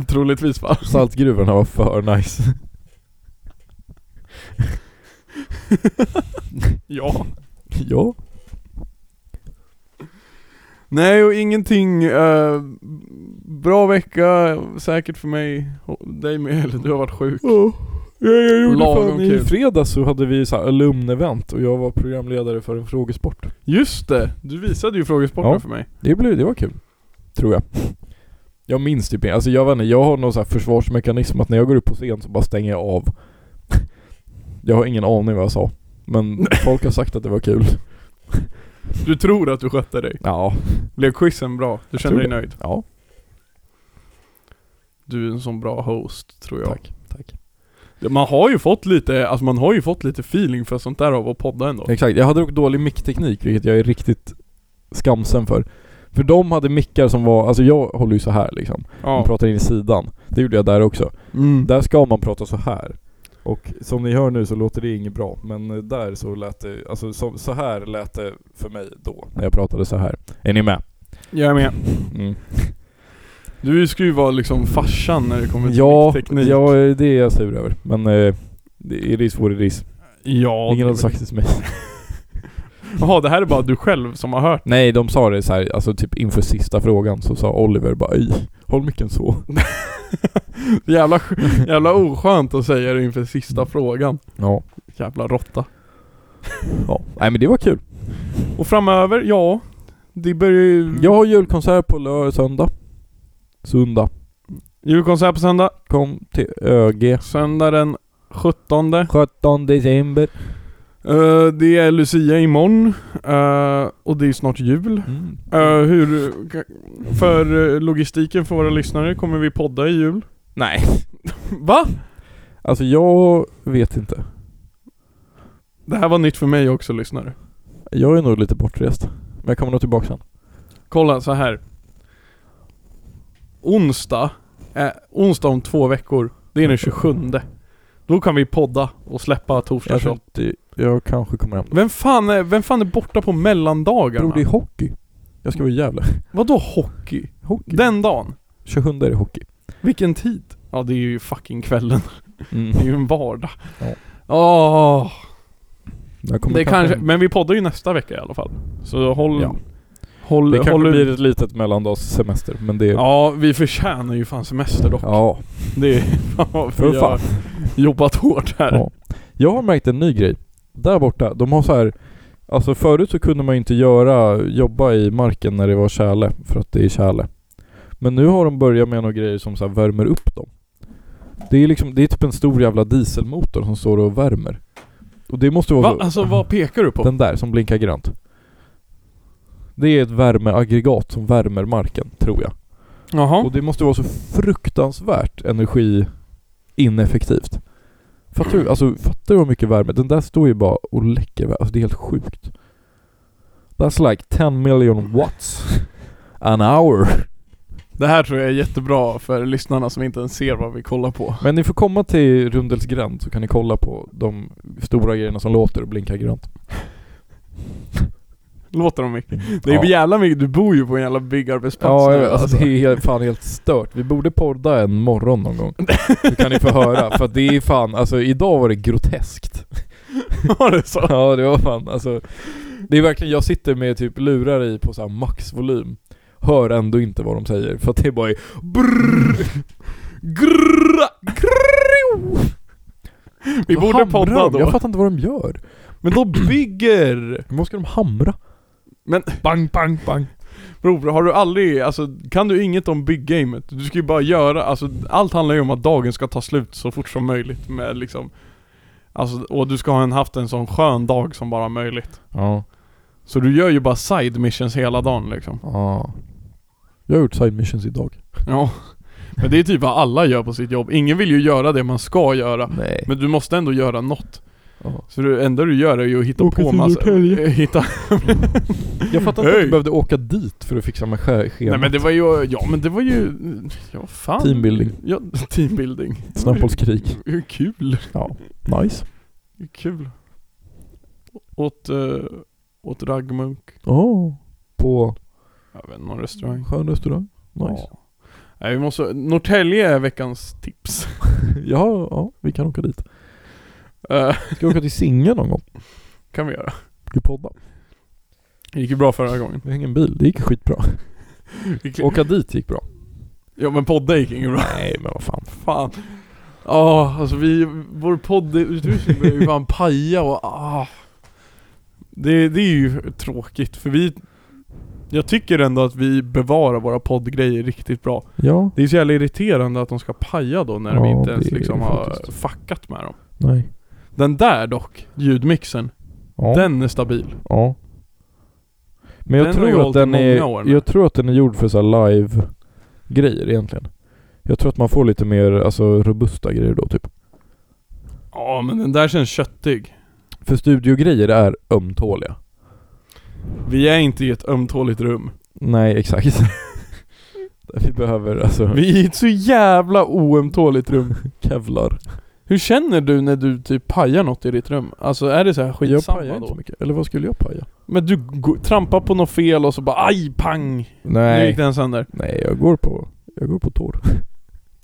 S2: Troligtvis va?
S1: Saltgruvorna var för nice.
S2: Ja.
S1: [LAUGHS] ja.
S2: Nej och ingenting, eh, bra vecka säkert för mig, och dig med, eller du har varit sjuk.
S1: Ja, jag
S2: gjorde
S1: Lagom
S2: fan
S1: fan I
S2: kul.
S1: fredags så hade vi så här alumnevent och jag var programledare för en frågesport.
S2: Just det, du visade ju frågesporten
S1: Ja.
S2: för mig.
S1: Det, blev, det var kul. Tror jag. Jag minns typ inte. Alltså jag vet inte, jag har någon så här försvarsmekanism att när jag går upp på scen så bara stänger jag av. [LAUGHS] Jag har ingen aning vad jag sa. [LAUGHS] Men folk har sagt att det var kul.
S2: Du tror att du skötte dig.
S1: Ja.
S2: Blev quizen bra? Du kände
S1: tror
S2: dig
S1: det.
S2: nöjd?
S1: Ja.
S2: Du är en sån bra host tror jag.
S1: Tack. Tack.
S2: Ja, Man har ju fått lite, alltså man har ju fått lite feeling för sånt där av att podda ändå.
S1: Exakt. Jag hade dock dålig mickteknik vilket jag är riktigt skamsen för. För de hade mickar som var, alltså jag håller ju så här liksom. Man
S2: Ja.
S1: pratar in i sidan. Det gjorde jag där också.
S2: Mm.
S1: Där ska man prata så här. Och som ni hör nu så låter det inget bra, men eh, där så lät det, alltså så, så här lät det för mig då, när jag pratade så här. Är ni med?
S2: Jag är med.
S1: Mm.
S2: Du ska ju vara liksom farsan när det kommer till
S1: Ja,
S2: teknik.
S1: ja, eh, det är jag sur över. Men eh, det- it is what it is.
S2: ja
S1: Ingen hade sagt det till mig. [LAUGHS]
S2: Jaha, det här är bara du själv som har hört.
S1: Nej, de sa det så här, alltså typ inför sista frågan så sa Oliver bara "Oj, håll micken [LAUGHS] så.
S2: Jävla, sk- jävla oskönt att säga det inför sista frågan.
S1: Ja.
S2: Jävla råtta.
S1: ja. Nej men det var kul.
S2: Och framöver, ja. Det börjar ju...
S1: Jag har julkonsert på lördag, söndag. Söndag.
S2: Julkonsert på söndag.
S1: Kom till ÖG.
S2: Söndag den 17.
S1: 17 december.
S2: Eh, det är Lucia imorgon. Eh, och det är snart jul.
S1: Mm.
S2: Eh, hur... För eh, logistiken för våra lyssnare, kommer vi podda i jul? [LAUGHS]
S1: Nej.
S2: Va?
S1: Alltså jag vet inte.
S2: Det här var nytt för mig också lyssnare.
S1: Jag är nog lite bortrest. Men jag kommer nog tillbaka sen.
S2: Kolla så här. Onsdag, eh, onsdag om två veckor, det är den 27. Då kan vi podda och släppa torsdag
S1: Jag, tror
S2: 28.
S1: inte, jag kanske kommer hem.
S2: Vem fan, är, vem fan är borta på mellandagarna?
S1: Bror det är hockey. Jag ska vara i Gävle.
S2: Vadå hockey?
S1: Hockey?
S2: Den dagen?
S1: 27 är det hockey.
S2: Vilken tid? Ja det är ju fucking kvällen,
S1: Mm.
S2: det är ju en vardag.
S1: Ja.
S2: Åh,
S1: Jag kommer
S2: det kanske,
S1: hem.
S2: men vi poddar ju nästa vecka i alla fall. Så håll...
S1: Ja.
S2: Håll,
S1: Det kanske
S2: håll
S1: blir ett litet mellandagssemester. Men det...
S2: Ja, vi förtjänar ju fan semester dock.
S1: ja.
S2: Det är [LAUGHS] fan vad
S1: För
S2: vi har
S1: fan.
S2: jobbat hårt här.
S1: Ja. Jag har märkt en ny grej. Där borta, de har så här. Alltså förut så kunde man ju inte göra, jobba i marken när det var tjäle, för att det är tjäle. Men nu har de börjat med några grejer som så här värmer upp dem. Det är liksom, det är typ en stor jävla dieselmotor som står och värmer. Och det måste vara
S2: Va?
S1: så,
S2: Alltså vad pekar du på?
S1: den där som blinkar grönt. Det är ett värmeaggregat som värmer marken, tror jag.
S2: Jaha.
S1: Och det måste vara så fruktansvärt energiineffektivt. Fattar du? Alltså fattar du hur mycket värme? Den där står ju bara och läcker värme. Alltså det är helt sjukt. That's like 10 million watts an hour.
S2: Det här tror jag är jättebra för lyssnarna som inte ens ser vad vi kollar på.
S1: Men ni får komma till Rundels gränd så kan ni kolla på de stora grejerna som låter och blinkar grönt.
S2: Låter de mycket? Det är
S1: ja.
S2: ju jävla mycket, du bor ju på en jävla byggarbetsplats
S1: Ja,
S2: nu,
S1: jag vet. alltså det är helt- fan helt stört. Vi borde podda en morgon någon gång. Då kan ni få höra. För att det är fan, alltså idag var det groteskt.
S2: [LAUGHS] Var det så?
S1: Ja det var fan alltså Det är verkligen, jag sitter med typ lurar i på så här maxvolym Hör ändå inte vad de säger för att det bara är brrrr, grrrra, grrrro.
S2: [LAUGHS] Vi
S1: Vad
S2: borde
S1: hamrar
S2: podda
S1: de? Jag
S2: då.
S1: fattar inte vad de gör
S2: Men de bygger!
S1: Vad ska de hamra?
S2: Men
S1: Bang, bang, bang
S2: bror, har du aldrig, alltså kan du inget om bygggamet? Du ska ju bara göra, alltså allt handlar ju om att dagen ska ta slut så fort som möjligt med liksom Alltså, och du ska ha en, haft en sån skön dag som bara möjligt.
S1: Ja,
S2: Så du gör ju bara side missions hela dagen liksom.
S1: ja Jag har gjort side missions idag
S2: Ja. [LAUGHS] Men det är typ vad alla gör på sitt jobb. Ingen vill ju göra det man ska göra.
S1: Nej
S2: Men du måste ändå göra något.
S1: Ja.
S2: Så det enda du gör är ju att hitta
S1: Åka
S2: på
S1: till
S2: massa...
S1: Norrtälje.
S2: [LAUGHS] Hitta...
S1: Jag fattar inte att
S2: Hej.
S1: du behövde åka dit för att fixa med ske- schemat.
S2: Nej men det var ju, ja men det var ju, ja fan.
S1: Teambuilding.
S2: Ja, [LAUGHS] teambuilding. Det var ju-
S1: Snabbbollskrig.
S2: Hur [LAUGHS] kul.
S1: Ja, nice.
S2: Hur kul. Åt, eh, åt raggmunk.
S1: Oh. På
S2: Jag vet inte, någon restaurang.
S1: skön restaurang. Nice.
S2: Ja. Nej vi måste, Norrtälje är veckans tips. [LAUGHS]
S1: Ja. [LAUGHS] ja, vi kan åka dit.
S2: Eh,
S1: Ska vi åka till Singa någon gång?
S2: kan vi göra.
S1: Ska vi podda?
S2: Det gick ju bra förra gången.
S1: Vi hänger en bil, det gick
S2: [LAUGHS]
S1: skitbra. Åka dit gick bra.
S2: Ja men podda gick inget bra.
S1: Nej men vad fan.
S2: Fan. Ja, alltså vi, vår poddutrustning börjar ju fan paja och ah. Det, det är ju tråkigt för vi Jag tycker ändå att vi bevarar våra poddgrejer riktigt bra.
S1: Ja,
S2: Det är så jävla irriterande att de ska paja då när vi
S1: Ja,
S2: inte ens
S1: det är
S2: liksom
S1: det
S2: har
S1: faktiskt.
S2: fuckat med dem.
S1: nej.
S2: Den där dock, ljudmixen,
S1: Ja.
S2: den är stabil.
S1: Ja. Men jag
S2: Den har ju
S1: tror
S2: hållit
S1: att den
S2: i många
S1: är,
S2: år nu.
S1: jag tror att den är gjord för så här live grejer egentligen. Jag tror att man får lite mer alltså robusta grejer då typ.
S2: Ja men den där känns köttig.
S1: För studiogrejer är ömtåliga.
S2: Vi är inte i ett ömtåligt rum.
S1: Nej, [LAUGHS] exakt. Vi behöver alltså
S2: Vi är i ett så jävla oömtåligt rum.
S1: kevlar.
S2: Hur känner du när du typ pajar något i ditt rum? Alltså är det så här
S1: Jag
S2: skitsamma
S1: pajar inte så
S2: då?
S1: mycket. Eller vad skulle jag paja?
S2: Men du go- trampar på något fel och så bara aj pang! Nu gick
S1: Nej.
S2: den sönder.
S1: Nej, jag går på, jag går på tår.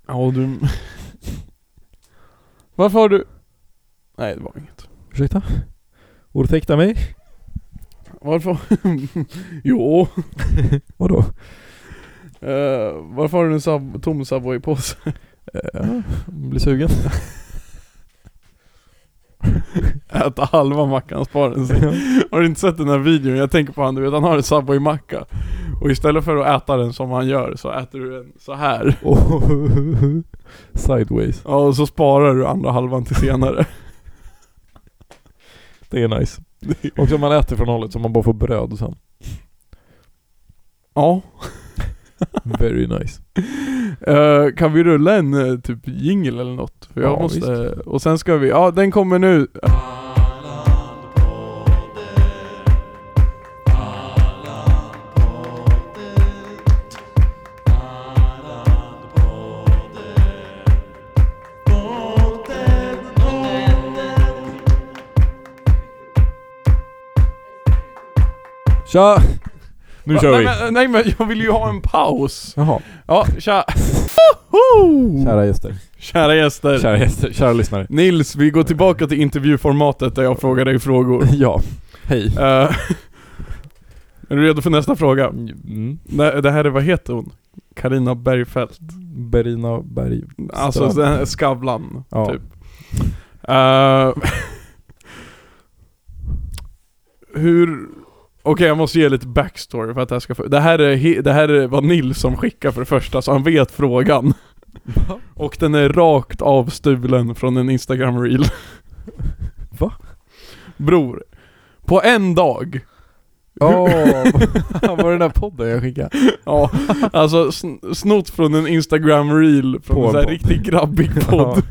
S2: Ja du... [LAUGHS] Varför har du... Nej det var inget.
S1: Ursäkta? Ursäkta mig?
S2: Varför... [LAUGHS] jo.
S1: Vadå?
S2: Eh, varför har du en sab- tom [LAUGHS] Savoy-påse?
S1: Eh, blir sugen? [LAUGHS]
S2: Äta halva mackan, spara den sen. Har du inte sett den här videon? Jag tänker på han, du vet han har en Subway-macka. Och istället för att äta den som han gör så äter du den så här.
S1: Och sideways.
S2: Ja, och så sparar du andra halvan till senare.
S1: Det är nice. Och om man äter från hållet så man bara får bröd sen.
S2: [LAUGHS] Ja,
S1: Very nice.
S2: eh, kan vi rulla en eh, typ jingle eller något? För jag
S1: Ja,
S2: måste, och sen ska vi, ja den kommer nu.
S1: Tja! Nu
S2: Va,
S1: kör
S2: nej,
S1: vi!
S2: Men, eh, nej men jag vill ju ha en paus.
S1: Jaha.
S2: Ja, tja. Woho!
S1: Kära gäster.
S2: Kära gäster.
S1: Kära gäster. Kära
S2: [LAUGHS]
S1: lyssnare.
S2: Nils, vi går tillbaka till intervjuformatet där jag frågar
S1: [LAUGHS]
S2: dig frågor.
S1: Ja. Hej.
S2: Eh, är du redo för nästa fråga?
S1: Mm.
S2: Nej, det här är, vad heter hon? Karina Bergfeldt.
S1: Berina Berg...
S2: Alltså
S1: Stön.
S2: den här Skavlan,
S1: Ja.
S2: typ. Eh, hur... Okej jag måste ge lite backstory för att det här ska... få- Det här är, he- det här är vad Nils som skickar för det första, så han vet frågan. Och den är rakt avstulen från en instagram reel.
S1: Va?
S2: Bror. På en dag.
S1: [LAUGHS]
S2: [LAUGHS]
S1: Åh, var det den där podden jag skickade?
S2: Ja, alltså sn- snott från en instagram reel från
S1: På
S2: en
S1: en
S2: sån här
S1: podd.
S2: riktigt grabbig
S1: [LAUGHS]
S2: podd.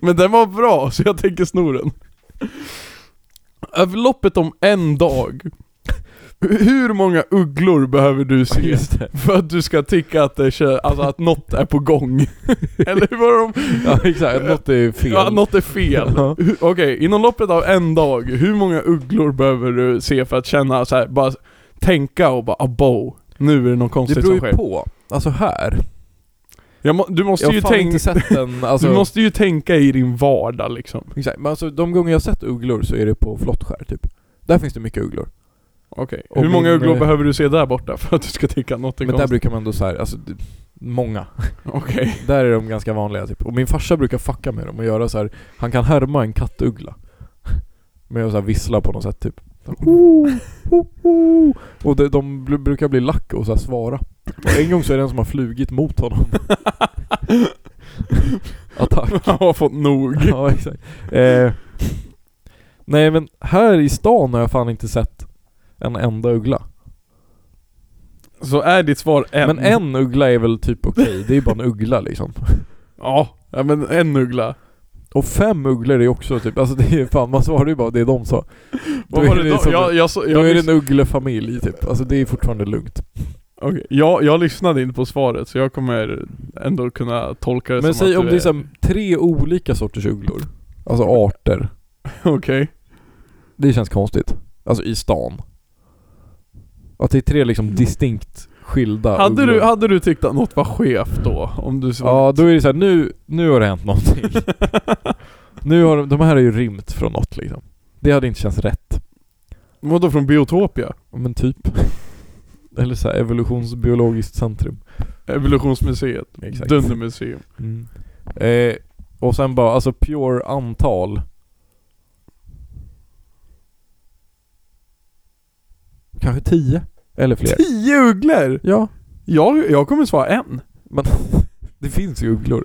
S2: Men den var bra, [LAUGHS] så jag tänker sno den. Över loppet om en dag, hur många ugglor behöver du
S1: Ja,
S2: se
S1: just det.
S2: för att du ska tycka att, det kö- alltså att något är
S1: [LAUGHS]
S2: på gång? Eller hur var de?
S1: Ja exakt, något är fel.
S2: Ja, något är fel.
S1: [LAUGHS] Ja.
S2: Hur- Okej, inom loppet av en dag, hur många ugglor behöver du se för att känna så här, bara tänka och bara abo, nu är det något
S1: det
S2: konstigt som
S1: beror ju
S2: sker.
S1: på. Alltså här.
S2: Jag må, du måste
S1: Jag har
S2: ju
S1: fan
S2: tänka,
S1: inte sett den. Alltså,
S2: [LAUGHS] du måste ju tänka i din vardag liksom.
S1: exakt. Men alltså de gånger jag har sett ugglor så är det på flottskär typ. Där finns det mycket ugglor.
S2: Okej,
S1: Och
S2: hur många
S1: min,
S2: ugglor
S1: eh,
S2: behöver du se där borta för att du ska tycka att något är
S1: Men där
S2: konstigt?
S1: brukar man ändå så här, alltså d- många.
S2: Okej, [LAUGHS]
S1: Där är de ganska vanliga typ. Och min farsa brukar fucka med dem och göra så här. han kan härma en kattuggla. [LAUGHS] Med att så här vissla på något sätt typ. Så här, "Ho, ho, ho." Och de, de bl- brukar bli lack och så här svara. Och en gång så är det en som har flugit mot honom. Attack.
S2: han har fått nog.
S1: [LAUGHS] Ja exakt. Eh, nej men här i stan har jag fan inte sett en enda uggla.
S2: Så är ditt svar en?
S1: Men en uggla är väl typ okej, det är ju bara en uggla liksom.
S2: Ja, ja men en uggla.
S1: Och fem ugglor är också typ, alltså det är fan, man svarar ju bara det de sa. Då
S2: Vad var
S1: är
S2: det
S1: det,
S2: då?
S1: som,
S2: Jag, jag, så-
S1: då
S2: jag,
S1: är det
S2: lys-
S1: en ugglefamilj typ, alltså det är fortfarande lugnt.
S2: okej. jag, jag lyssnade inte på svaret så jag kommer ändå kunna tolka det
S1: Men
S2: som
S1: säg
S2: att
S1: om
S2: du
S1: det är så här, tre olika sorters ugglor, alltså arter.
S2: [LAUGHS] Okej.
S1: Det känns konstigt. Alltså i stan. Att det är tre liksom distinkt skilda
S2: Mm. Hade,
S1: ugglor.
S2: du, hade du tyckt att något var skevt då? Om du svarade?
S1: Ja, då är det så här, nu, nu har det hänt någonting.
S2: [LAUGHS]
S1: nu har de, de här har ju rymt från något liksom. Det hade inte känts rätt.
S2: Vadå från Biotopia?
S1: Men typ. Eller så här evolutionsbiologiskt centrum.
S2: Evolutionsmuseet?
S1: Exakt.
S2: Dundermuseum?
S1: Eh, och sen bara, alltså pure antal. Kanske tio? Eller fler.
S2: Tio ugglor!
S1: Ja,
S2: Jag, jag kommer svara en.
S1: men det finns ju ugglor.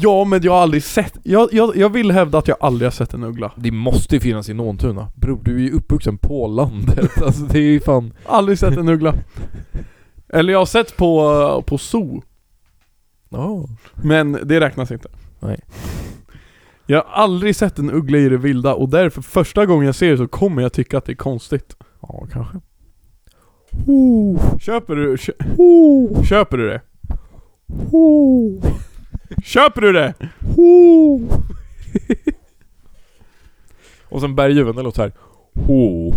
S2: Ja men jag har aldrig sett, jag, jag, jag vill hävda att jag aldrig har sett en uggla.
S1: Det måste ju finnas i Nåntuna. Bror, du är ju uppvuxen på landet. [LAUGHS] Alltså det är ju fan...
S2: Aldrig sett en uggla. Eller jag har sett på, eh, på zoo,
S1: Ja.
S2: men det räknas inte.
S1: Nej.
S2: Jag har aldrig sett en uggla i det vilda och därför första gången jag ser det så kommer jag tycka att det är konstigt.
S1: Ja, kanske.
S2: Köper du, kö, köper du det? Köper du det?
S1: Och sen berguven, det låter såhär... Ho.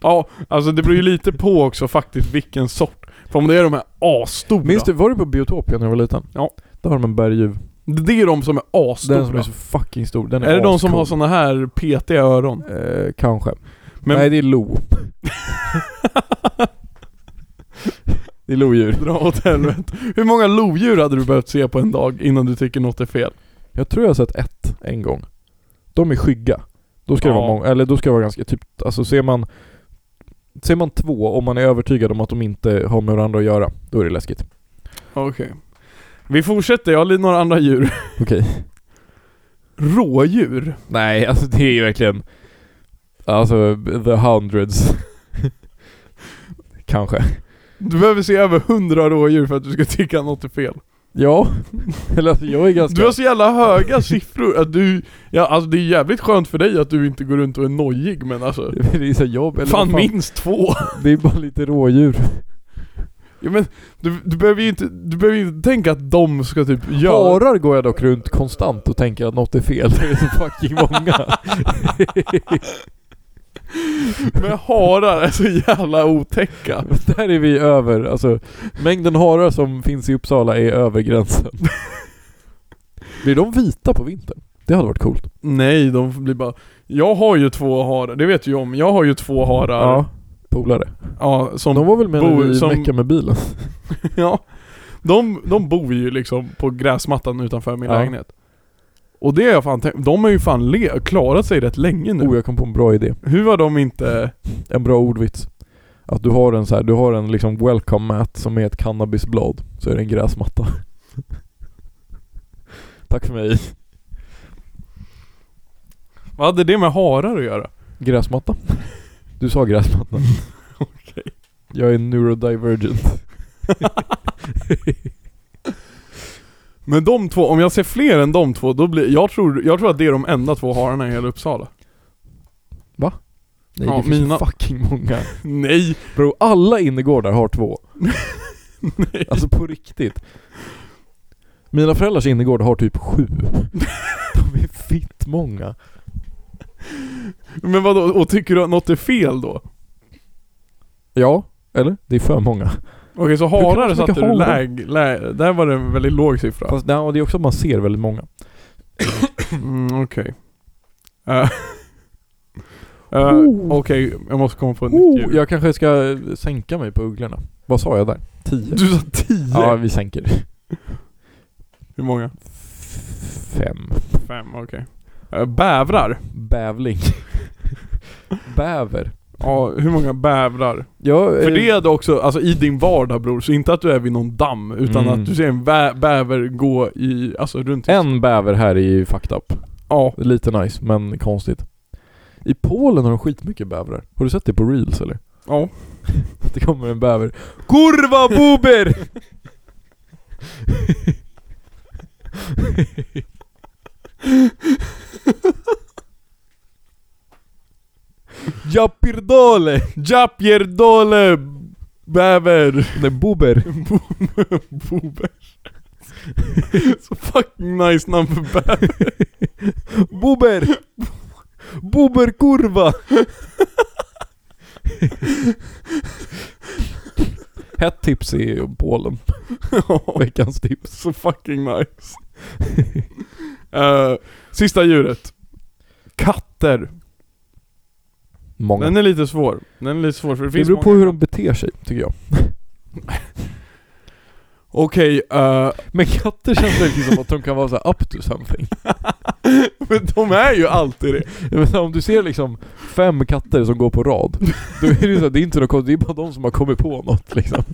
S2: Ja, alltså det beror ju lite på också faktiskt vilken sort. För om det är de här asstora.
S1: Minns du, var du på Biotopia när du var liten?
S2: Ja.
S1: Där har de en berguv.
S2: Det är de som är asstora.
S1: Den som är så fucking stor. Den är
S2: är, det de som
S1: ascool.
S2: har såna här petiga öron?
S1: Eh, kanske.
S2: Men-
S1: Nej, det är lo. det är lodjur.
S2: Dra åt helvete. Hur många lodjur hade du behövt se på en dag innan du tycker något är fel?
S1: Jag tror jag har sett ett en gång. De är skygga. Då ska det
S2: Ja.
S1: vara många, eller då ska det vara ganska typ, alltså ser man Ser man två och man är övertygad om att de inte har med varandra att göra, då är det läskigt.
S2: Okej. Vi fortsätter, jag har lite några andra djur.
S1: Okej.
S2: Rådjur.
S1: Nej, alltså det är ju verkligen Alltså the hundreds. [LAUGHS] Kanske.
S2: Du behöver se över hundra rådjur för att du ska tycka något är fel.
S1: Ja. [LAUGHS] eller alltså, jag är ganska...
S2: Du har så jävla höga siffror att du... Ja, alltså det är jävligt skönt för dig att du inte går runt och är nojig men alltså...
S1: det är så här jobb, eller
S2: Fan,
S1: vad fan
S2: minst två!
S1: Det är bara lite rådjur.
S2: Ja, men du, du behöver ju inte, du behöver ju inte tänka att de ska typ göra...
S1: Harar går jag dock runt konstant och tänker att något är fel. Det är så fucking
S2: [LAUGHS]
S1: många.
S2: Men harar är så jävla otäcka.
S1: Där är vi över, alltså mängden harar som finns i Uppsala är över gränsen. Blir de vita på vintern? Det hade varit coolt.
S2: Nej, de blir bara... Jag har ju två harar, det vet ju om. Jag har ju två harar.
S1: Polare.
S2: Ja, som...
S1: De var väl med när
S2: Bor
S1: vi
S2: som-
S1: meckade med bilen?
S2: [LAUGHS] ja. De, de bor ju liksom på gräsmattan utanför min
S1: Ja.
S2: lägenhet. Och det har jag fan tänkt, de har ju fan le, klarat sig rätt länge nu.
S1: Oh, jag kom på en bra idé.
S2: Hur har de inte...
S1: En bra ordvits. Att du har en så här, du har en liksom welcome mat som är ett cannabisblad, så är det en gräsmatta. [LAUGHS] Tack för mig.
S2: Vad hade det med harar att göra?
S1: Gräsmatta? Du sa gräsmatta.
S2: [LAUGHS]
S1: Okej. Jag är neurodivergent.
S2: Men de två, om jag ser fler än de två, då blir... Jag tror, jag tror att det är de enda två hararna i hela Uppsala. [LAUGHS]
S1: Nej,
S2: Ja,
S1: det finns
S2: mina-
S1: fucking många.
S2: Nej!
S1: Bro, alla innergårdar har två. Alltså på riktigt. Mina föräldrars innergård har typ
S2: [LAUGHS]
S1: sju. De är fitt många.
S2: Men vadå, och tycker du att något är fel då?
S1: Ja, eller? Det är för många.
S2: Okej, så
S1: kan
S2: harar
S1: inte
S2: satte
S1: snacka
S2: du
S1: harar.
S2: läg, läg... Där var det en väldigt låg siffra.
S1: Fast nej, och det är också att man ser väldigt många.
S2: Mm, okej.
S1: [LAUGHS]
S2: Eh, eh,
S1: Oh.
S2: Okej, jag måste komma på ett nytt
S1: Oh,
S2: ljud.
S1: jag kanske ska sänka mig på ugglorna. Vad sa jag där? Tio?
S2: Du sa tio?
S1: Ja, vi sänker.
S2: Hur många?
S1: Fem.
S2: Fem, okej. Eh, bävrar? [LAUGHS]
S1: Bävling. Bäver.
S2: Ja, hur många bävrar?
S1: Ja,
S2: För
S1: eh,
S2: det är det också, alltså i din vardag bror, så inte att du är vid någon damm, utan
S1: Mm.
S2: att du ser en bä bäver gå i, alltså runt i-
S1: En bäver här är ju fucked up.
S2: Ja,
S1: Lite nice, men konstigt. I Polen har de skitmycket bävrar. Har du sett det på reels eller?
S2: ja.
S1: [LAUGHS] Det kommer en bäver. Kurva
S2: [LAUGHS]
S1: buber! Ja pierdole!
S2: Ja pierdole bäver. [LAUGHS]
S1: Nej, bober.
S2: Bober. [LAUGHS] Så fucking nice namn för bäver.
S1: [LAUGHS] Bober! Boberkurva! Hett tips i Polen. Veckans tips.
S2: [LAUGHS] Så fucking nice. [LAUGHS] Eh, sista djuret. Katter.
S1: Många.
S2: Den är lite svår. Den är lite svår för det
S1: det
S2: finns
S1: beror på
S2: många.
S1: hur de beter sig, tycker jag.
S2: Okej, eh, [LAUGHS]
S1: Men katter känns verkligen som att de kan vara så här up to something.
S2: men de är ju alltid det.
S1: Jag menar, om du ser liksom fem katter som går på rad, då är det ju så här, det är inte något konstigt, det är bara de som har kommit på något liksom.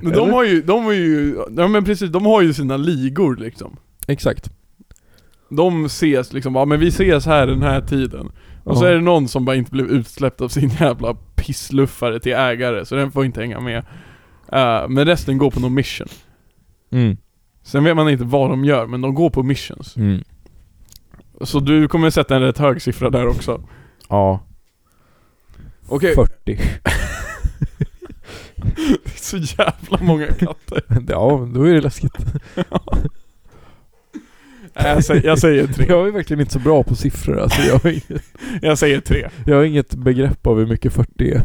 S2: Men de
S1: Eller?
S2: har ju, de har ju, ja men precis, de har ju sina ligor liksom.
S1: Exakt.
S2: De ses liksom, ja men vi ses här den här tiden. Och så
S1: Ja.
S2: är det någon som bara inte blev utsläppt av sin [LAUGHS] jävla pissluffare till ägare, så den får inte hänga med. Eh, men resten går på någon mission.
S1: Mm.
S2: Sen vet man inte vad de gör, men de går på missions.
S1: Mm.
S2: Så du kommer sätta en rätt hög siffra där också.
S1: Ja. Eh. [LAUGHS]
S2: Okej,
S1: 40.
S2: det är [LAUGHS] så jävla många katter.
S1: Ja, men då är det läskigt.
S2: Nej, jag, säger, jag säger tre.
S1: Jag är verkligen inte så bra på siffror alltså. Jag har inget,
S2: Jag säger tre.
S1: jag har inget begrepp av hur mycket 40 är.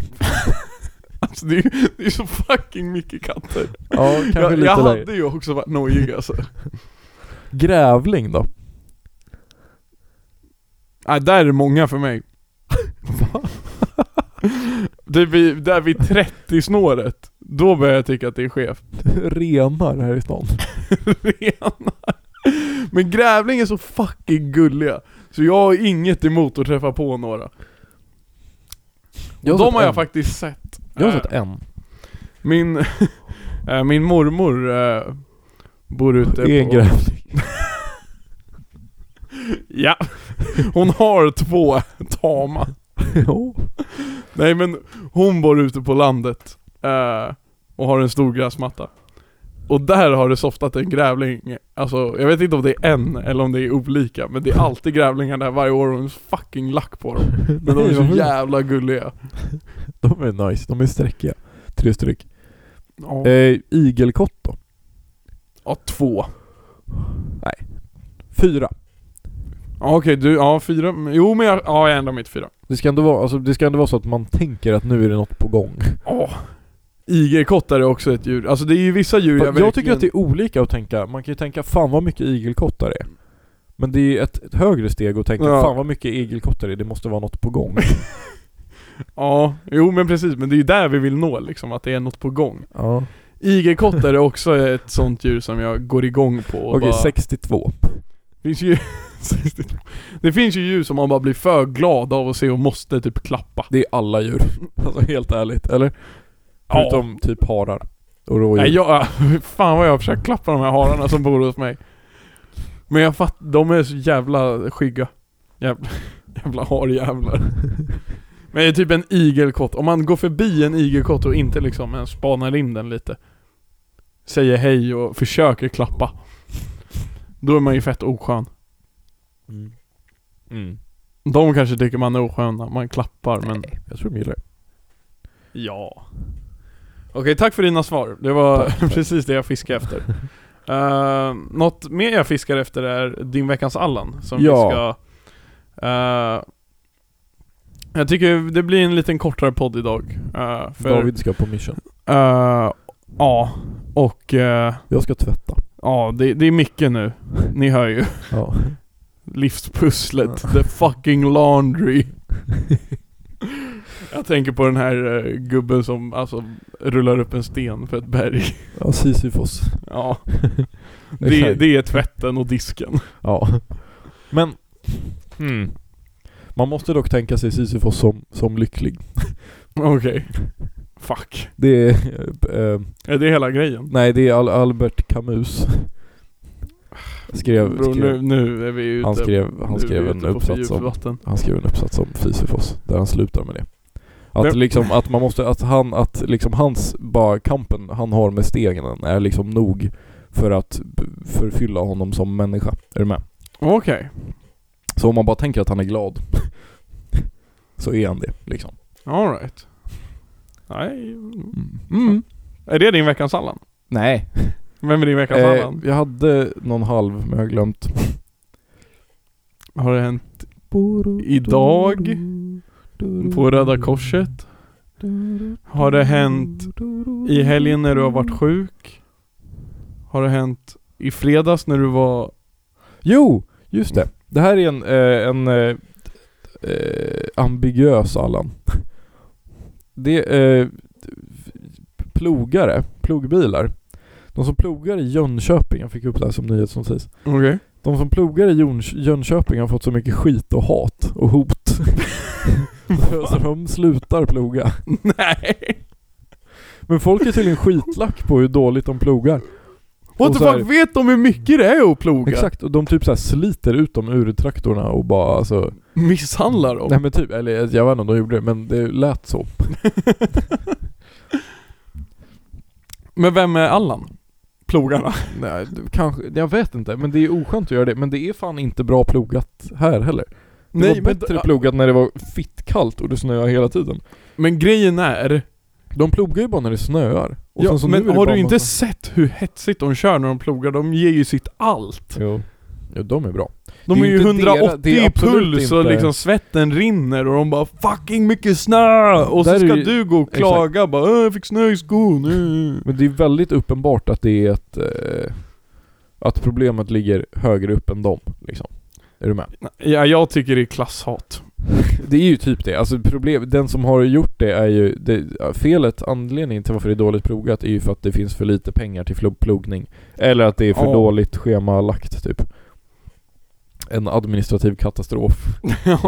S2: Alltså det är ju det är så fucking mycket katter.
S1: Ja, kanske
S2: Jag,
S1: lite
S2: jag
S1: där.
S2: hade ju också varit nojig alltså.
S1: Grävling då? [LAUGHS]
S2: Nej, där är det många för mig. [LAUGHS] det vid, där vid 30-snåret, då börjar jag tycka att det är skevt. [LAUGHS]
S1: Renar här i stan.
S2: Renar. Men grävling är så fucking gulliga. Så jag har inget emot att träffa på några.
S1: Jag
S2: Och
S1: har
S2: de
S1: sett
S2: har
S1: en.
S2: jag faktiskt sett.
S1: Jag har
S2: Eh,
S1: sett en.
S2: Min, [LAUGHS] eh, min mormor eh, bor ute
S1: Det är en
S2: på...
S1: grävling.
S2: [LAUGHS] Ja. Hon har två tama.
S1: [LAUGHS] Ja.
S2: Nej men hon bor ute på landet eh, och har en stor gräsmatta. Och där har det softat en grävling, alltså jag vet inte om det är en eller om det är olika men det är alltid grävlingar där varje år och hon är fucking lack på dem. Men de är så jävla gulliga.
S1: De är nice, de är sträckiga. Tre styck.
S2: Ja,
S1: Eh, igelkott då?
S2: ja två.
S1: Fyra.
S2: Ja, Okej du, ja fyra, men- jo men jag, ja jag ändrar mitt fyra.
S1: Det ska, ändå vara, alltså, det ska ändå vara så att man tänker att nu är det något på gång.
S2: Ja. Igelkottar är också ett djur, alltså det är ju vissa djur
S1: Jag,
S2: jag verkligen...
S1: tycker att det är olika att tänka, man kan ju tänka fan vad mycket igelkottar det är. Men det är ju ett, ett högre steg att tänka
S2: Ja.
S1: fan vad mycket igelkottar det är, det måste vara något på
S2: [LAUGHS]
S1: gång.
S2: Ja, jo men precis men det är ju där vi vill nå liksom, att det är något på gång.
S1: ja.
S2: Igelkottar är också ett sånt djur som jag går igång på och
S1: Okej,
S2: bara,
S1: 62.
S2: finns ju, [LAUGHS] Det finns ju djur som man bara blir för glad av att se och måste typ klappa
S1: Det är alla djur. [LAUGHS] Alltså helt ärligt, eller?
S2: Ja.
S1: Förutom typ harar. Och rådjur.
S2: Nej jag, [LAUGHS] fan vad jag har försökt klappa de här hararna som bor hos mig Men jag fattar, de är så jävla skygga Jävla, [LAUGHS] jävla harjävlar Men det är typ en igelkott, om man går förbi en igelkott och inte liksom ens spanar in den lite Säger hej och försöker klappa Då är man ju fett oskön
S1: Mm. Mm.
S2: De kanske tycker man är oskön när man klappar men...
S1: Jag tror de gillar det.
S2: Ja. Okej, tack för dina svar. Det var
S1: Tack, tack.
S2: [LAUGHS] precis det jag fiskade efter.
S1: [LAUGHS]
S2: Eh, något mer jag fiskar efter är din veckans Allan som
S1: Ja.
S2: vi ska... eh, jag tycker det blir en liten kortare podd idag. eh, för,
S1: David ska på mission.
S2: eh, Ja, och... eh,
S1: Jag ska tvätta.
S2: Ja, det, det är mycket nu. Ni hör ju.
S1: Ja.
S2: Livspusslet, the
S1: [LAUGHS]
S2: fucking laundry. Jag tänker på den här eh, gubben som alltså rullar upp en sten för ett berg. [LAUGHS]
S1: Ja, Sisyfos.
S2: Ja. Det, det är tvätten och disken. [LAUGHS]
S1: Ja. Men...
S2: Mm.
S1: Man måste dock tänka sig Sisyfos som, som lycklig.
S2: Okej. Fuck.
S1: Det är... [LAUGHS] eh, eh,
S2: Är det hela grejen?
S1: nej, det är Al- Albert Camus. Skrev...
S2: Bro, nu,
S1: skrev
S2: nu är vi ute.
S1: han skrev,
S2: nu
S1: han
S2: är vi
S1: skrev
S2: ute
S1: en
S2: på för
S1: uppsats
S2: djupt
S1: om...
S2: vatten.
S1: Han skrev en uppsats om Sisyfos, där han slutar med det. Att
S2: Men-
S1: liksom, att man måste, att han, att liksom hans, bara kampen han har med stegen är liksom nog för att b- förfylla honom som människa. Är du med?
S2: Okej.
S1: Så om man bara tänker att han är glad, [LAUGHS] så är han det liksom.
S2: Alright. Nej. Mm. Är det din veckans Allan?
S1: Nej.
S2: Vem är din veckans
S1: Eh,
S2: Allan?
S1: jag hade någon halv, men jag har glömt.
S2: Har det hänt Idag, på
S1: Mm.
S2: Röda Korset? Har det hänt i helgen när du har varit sjuk? Har det hänt i fredags när du var...
S1: Jo, just det. Det här är en, eh, en eh, eh, ambiguös Allan. [LAUGHS] Det är eh, plogare, plogbilar. De som plogar i Jönköping, jag fick upp det här som nyhet som sägs.
S2: Okej.
S1: De som plogar i Jön- Jönköping har fått så mycket skit och hat och hot.
S2: [LAUGHS]
S1: så de slutar ploga.
S2: Nej!
S1: Men folk är tydligen skitlack på hur dåligt de plogar.
S2: What
S1: Och
S2: the
S1: så här-
S2: fuck, vet de hur mycket det är att ploga?
S1: Exakt, och de typ så här sliter ut dem ur traktorerna och bara alltså
S2: Misshandlar dem?
S1: Nej men typ, eller jag vet inte om de gjorde det men det lät så.
S2: Men vem är Allan? Plogarna?
S1: Nej, du- kanske, jag vet inte men det är oskönt att göra det men det är fan inte bra plogat här heller. Det
S2: Nej,
S1: var bättre
S2: men,
S1: plogat när det var fittkallt och det snöade hela tiden.
S2: men grejen är...
S1: De plogar ju bara när det snöar. Och
S2: Ja,
S1: sen så nu
S2: men
S1: är det
S2: har
S1: bara
S2: du inte
S1: massa-
S2: sett hur hetsigt de kör när de plogar? De ger ju sitt allt.
S1: Jo. Jo, de är bra.
S2: De
S1: Det
S2: är,
S1: är
S2: ju
S1: inte deras-
S2: 180
S1: det är
S2: i
S1: absolut
S2: puls och
S1: inte-
S2: liksom svetten rinner och de bara 'fucking mycket snö' och så
S1: Där är
S2: ska
S1: ju-
S2: du gå och
S1: exakt.
S2: klaga bara 'Åh, 'jag fick snö i skon' eh."
S1: [LAUGHS] Men det är väldigt uppenbart att det är ett... Eh, att problemet ligger högre upp än dem liksom. Är du med?
S2: Ja, jag tycker det är [LAUGHS] klasshat.
S1: Det är ju typ det. Alltså problem, den som har gjort det är ju... Det, felet, anledningen till varför det är dåligt plogat är ju för att det finns för lite pengar till flo- plogning. Eller att det är för
S2: Ja.
S1: dåligt schemalagt typ. En administrativ [LAUGHS] katastrof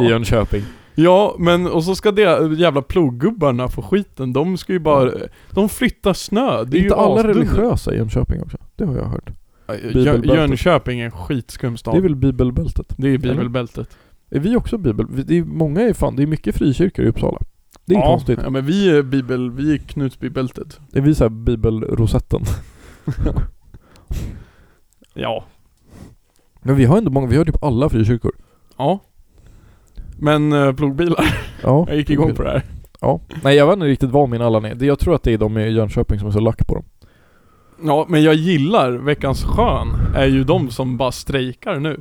S1: i Jönköping.
S2: Ja, men och så ska de jävla ploggubbarna få skiten. De ska ju bara... De flyttar snö. Det
S1: Det
S2: är
S1: är inte
S2: ju
S1: alla
S2: asdunder.
S1: religiösa i Jönköping också. Det har jag hört.
S2: Jö-
S1: Bibelbältet.
S2: Jönköping är en skitskum stad.
S1: Det är väl bibelbältet?
S2: det är bibelbältet.
S1: Är vi också bibel? vi- Det är många är fan, det är mycket frikyrkor i Uppsala. Det är
S2: ja,
S1: konstigt.
S2: Ja, men vi är bibel... Vi är Knutbybältet.
S1: Är vi såhär bibelrosetten?
S2: Ja.
S1: Men vi har ändå många, vi har typ alla frikyrkor.
S2: Ja. Men eh,
S1: [LAUGHS]
S2: plogbilar.
S1: Ja.
S2: Jag gick igång på det här.
S1: Ja. Nej jag vet inte riktigt vad min Allan är. Det- Jag tror att det är de i Jönköping som är så lack på dem.
S2: Ja, men jag gillar Veckans skön är ju de som bara strejkar nu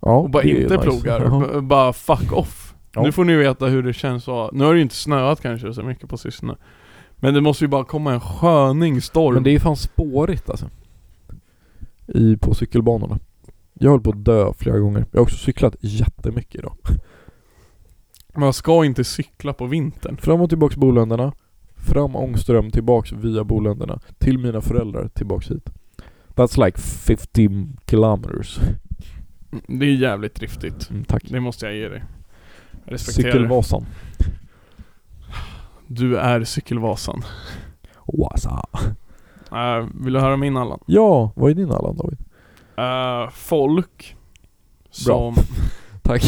S1: Ja,
S2: och bara
S1: det är
S2: inte
S1: nice.
S2: plogar.
S1: Jaha.
S2: B- bara fuck off.
S1: Ja.
S2: Nu får ni veta hur det känns att, nu har det ju inte snöat kanske så mycket på sistone. Men det måste ju bara komma en sköning storm.
S1: Men det är fan spårigt alltså. I, på cykelbanorna. Jag höll på att dö flera gånger. Jag har också cyklat jättemycket idag.
S2: Man ska inte cykla på vintern.
S1: Fram och tillbaks Boländerna. Fram Ångström, tillbaks via Boländerna. Till mina föräldrar, tillbaks hit. That's like 50 kilometers.
S2: Det är jävligt driftigt.
S1: Mm, tack.
S2: Det måste jag ge dig. Jag respekterar dig.
S1: Cykelvasan.
S2: Du är Cykelvasan.
S1: Wasa.
S2: Eh, vill du höra min Allan?
S1: Ja, vad är din Allan David?
S2: Eh, folk som...
S1: Tack.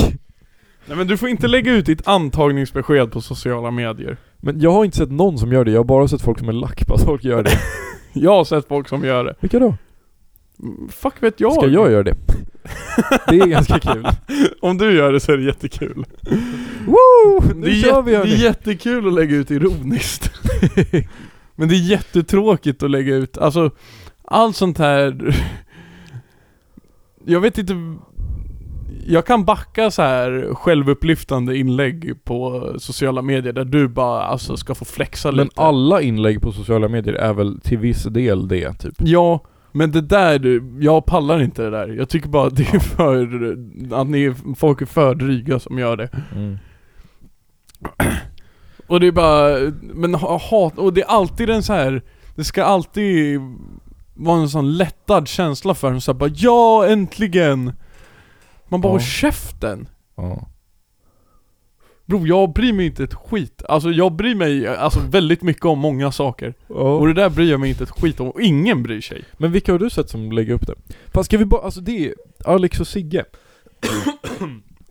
S2: Nej men du får inte lägga ut ditt antagningsbesked på sociala medier.
S1: Men jag har inte sett någon som gör det, jag har bara sett folk som är lack på att folk gör det.
S2: Jag har sett folk som gör det.
S1: Vilka då?
S2: Mm, Fuck vet jag.
S1: Ska jag göra
S2: [LAUGHS]
S1: det? Det är ganska kul.
S2: Om du gör det så är det jättekul.
S1: Woo!
S2: Det är, jät- det är jättekul att lägga
S1: [LAUGHS]
S2: ut ironiskt. Men det är jättetråkigt att lägga ut, alltså allt sånt här Jag vet inte Jag kan backa så här självupplyftande inlägg på sociala medier där du bara alltså ska få flexa
S1: Men
S2: lite
S1: alla inlägg på sociala medier är väl till viss del det, typ?
S2: Ja, men det där du, jag pallar inte det där. Jag tycker bara att det är för, att ni, folk är för dryga som gör det. Och det är bara, men ha- hat, och det är alltid en så här det ska alltid vara en sån lättad känsla för en så här, bara ja äntligen! Man bara
S1: Ja.
S2: håll käften!
S1: Ja.
S2: Bro jag bryr mig inte ett skit, alltså jag bryr mig alltså, väldigt mycket om många saker. Och det där bryr jag mig inte ett skit om, och ingen bryr sig.
S1: Men vilka har du sett som lägger upp det? Fast ska vi bara, alltså det är Alex och Sigge.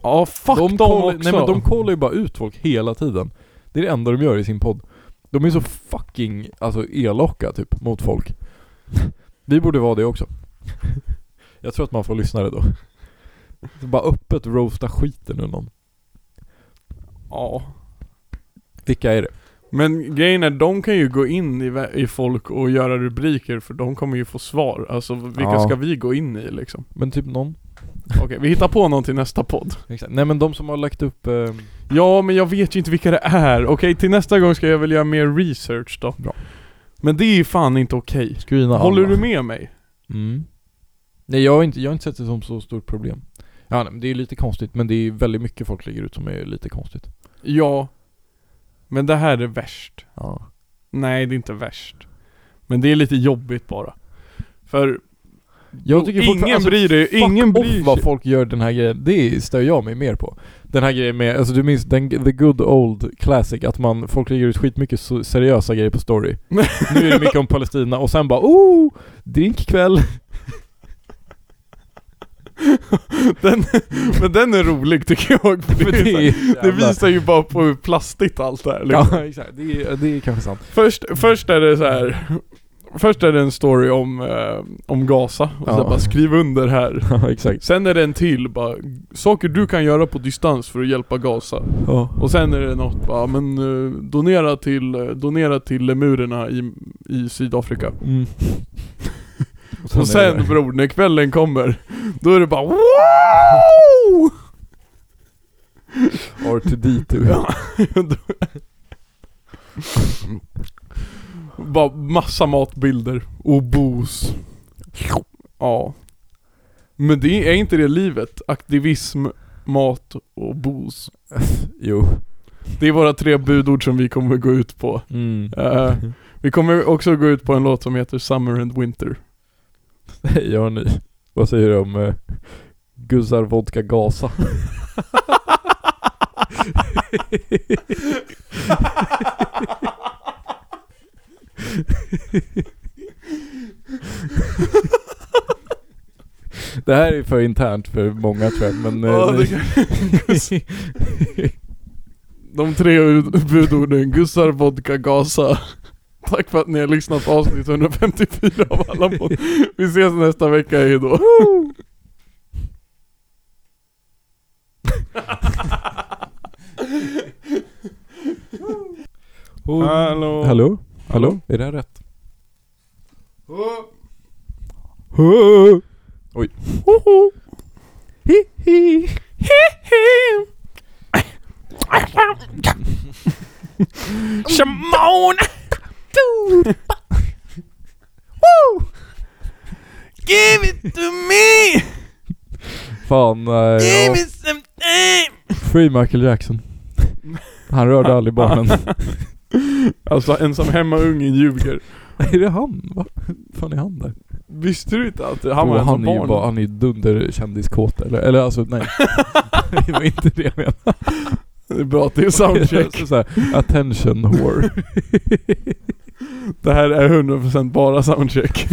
S2: Ja fuck dem
S1: kollar-
S2: också!
S1: Nej men de kollar ju bara ut folk hela tiden. Det är det enda de gör i sin podd. De är så fucking alltså, elaka typ mot folk. Vi borde vara det [LAUGHS] också. Jag tror att man får lyssnare då. Så bara öppet roasta skiten ur någon.
S2: Ja.
S1: Vilka är det?
S2: Men grejen är, de kan ju gå in i, vä- i folk och göra rubriker för de kommer ju få svar. Alltså vilka
S1: Ja.
S2: ska vi gå in i liksom?
S1: Men typ någon?
S2: Okej, vi hittar på någon till nästa podd.
S1: Exakt. Nej men de som har lagt upp... Eh,
S2: Ja, men jag vet ju inte vilka det är. Okej, till nästa gång ska jag väl göra mer research då.
S1: Bra.
S2: Men det är ju fan inte okej.
S1: screena
S2: Håller
S1: alla.
S2: du med mig?
S1: Mm. Nej jag har, inte, jag har inte sett det som så stort problem. Ja, nej, men det är lite konstigt men det är väldigt mycket folk lägger ut som är lite konstigt.
S2: Ja. Men det här är värst.
S1: Ja.
S2: Nej, det är inte värst. Men det är lite jobbigt bara. För [CLEARS THROAT]
S1: Jag tycker
S2: ingen
S1: fortfarande- alltså,
S2: bryr dig,
S1: Fuck
S2: ingen
S1: off
S2: bryr
S1: vad
S2: sig.
S1: folk gör den här grejen, det stör jag mig mer på. Den här grejen med, alltså du minns den, the good old classic, att man, folk lägger ut skitmycket so- seriösa grejer på
S2: [LAUGHS]
S1: story. nu är det mycket om Palestina och sen bara oh,
S2: [LAUGHS]
S1: drinkkväll.
S2: Den, men den är rolig tycker jag.
S1: [LAUGHS]
S2: För det, är så här- det visar ju bara på hur plastigt allt är. Liksom.
S1: Ja exakt, det är, det är kanske sant. [LAUGHS]
S2: Först, först är det så här. Först är det en story om, eh, om Gaza, och
S1: Ja.
S2: sen bara skriv under här.
S1: Ja exakt.
S2: Sen är det en till bara, saker du kan göra på distans för att hjälpa Gaza.
S1: Ja.
S2: Och sen är det något bara, men eh, donera till, eh, donera till lemurerna i, i Sydafrika.
S1: Mm.
S2: [LAUGHS] Och sen
S1: är det-
S2: bror, när kvällen kommer, då är det bara wow!
S1: R2D2.
S2: Ja. Bara massa matbilder och bos. Ja. Men det är inte det livet? Aktivism, mat och bos.
S1: [LAUGHS] Jo.
S2: Det är våra tre budord som vi kommer gå ut på.
S1: Mm. [LAUGHS]
S2: Eh, vi kommer också gå ut på en låt som heter 'Summer and
S1: [LAUGHS]
S2: Winter'
S1: Hej hörni, vad säger du om eh, Guzzar Vodka Gaza? Det här är för internt för många tror jag, men... eh,
S2: Ja, det De tre u- budorden, Gussar, vodka, Gaza. Tack för att ni har lyssnat på avsnitt 154 av alla podd. Vi ses nästa vecka, hejdå.
S1: Oh.
S2: Hallå.
S1: Hallå? Hallå? Är det här rätt? Oj.
S2: Shimon! Give it to me!
S1: Fan, eh, ja.
S2: some time!
S1: Free Michael Jackson. Han rörde aldrig barnen.
S2: Alltså ensam hemma ungen ljuger.
S1: är det han? Va? fan är han där?
S2: Visste du inte att han var
S1: Åh, han
S2: ensam
S1: är ju
S2: barn?
S1: bara, han är ju dunderkändiskåt eller? Eller alltså
S2: [LAUGHS]
S1: nej. [LAUGHS] det var inte det jag menade.
S2: Det är bra att det
S1: [LAUGHS]
S2: är soundcheck.
S1: Så här, attention whore.
S2: Det här är 100% bara soundcheck.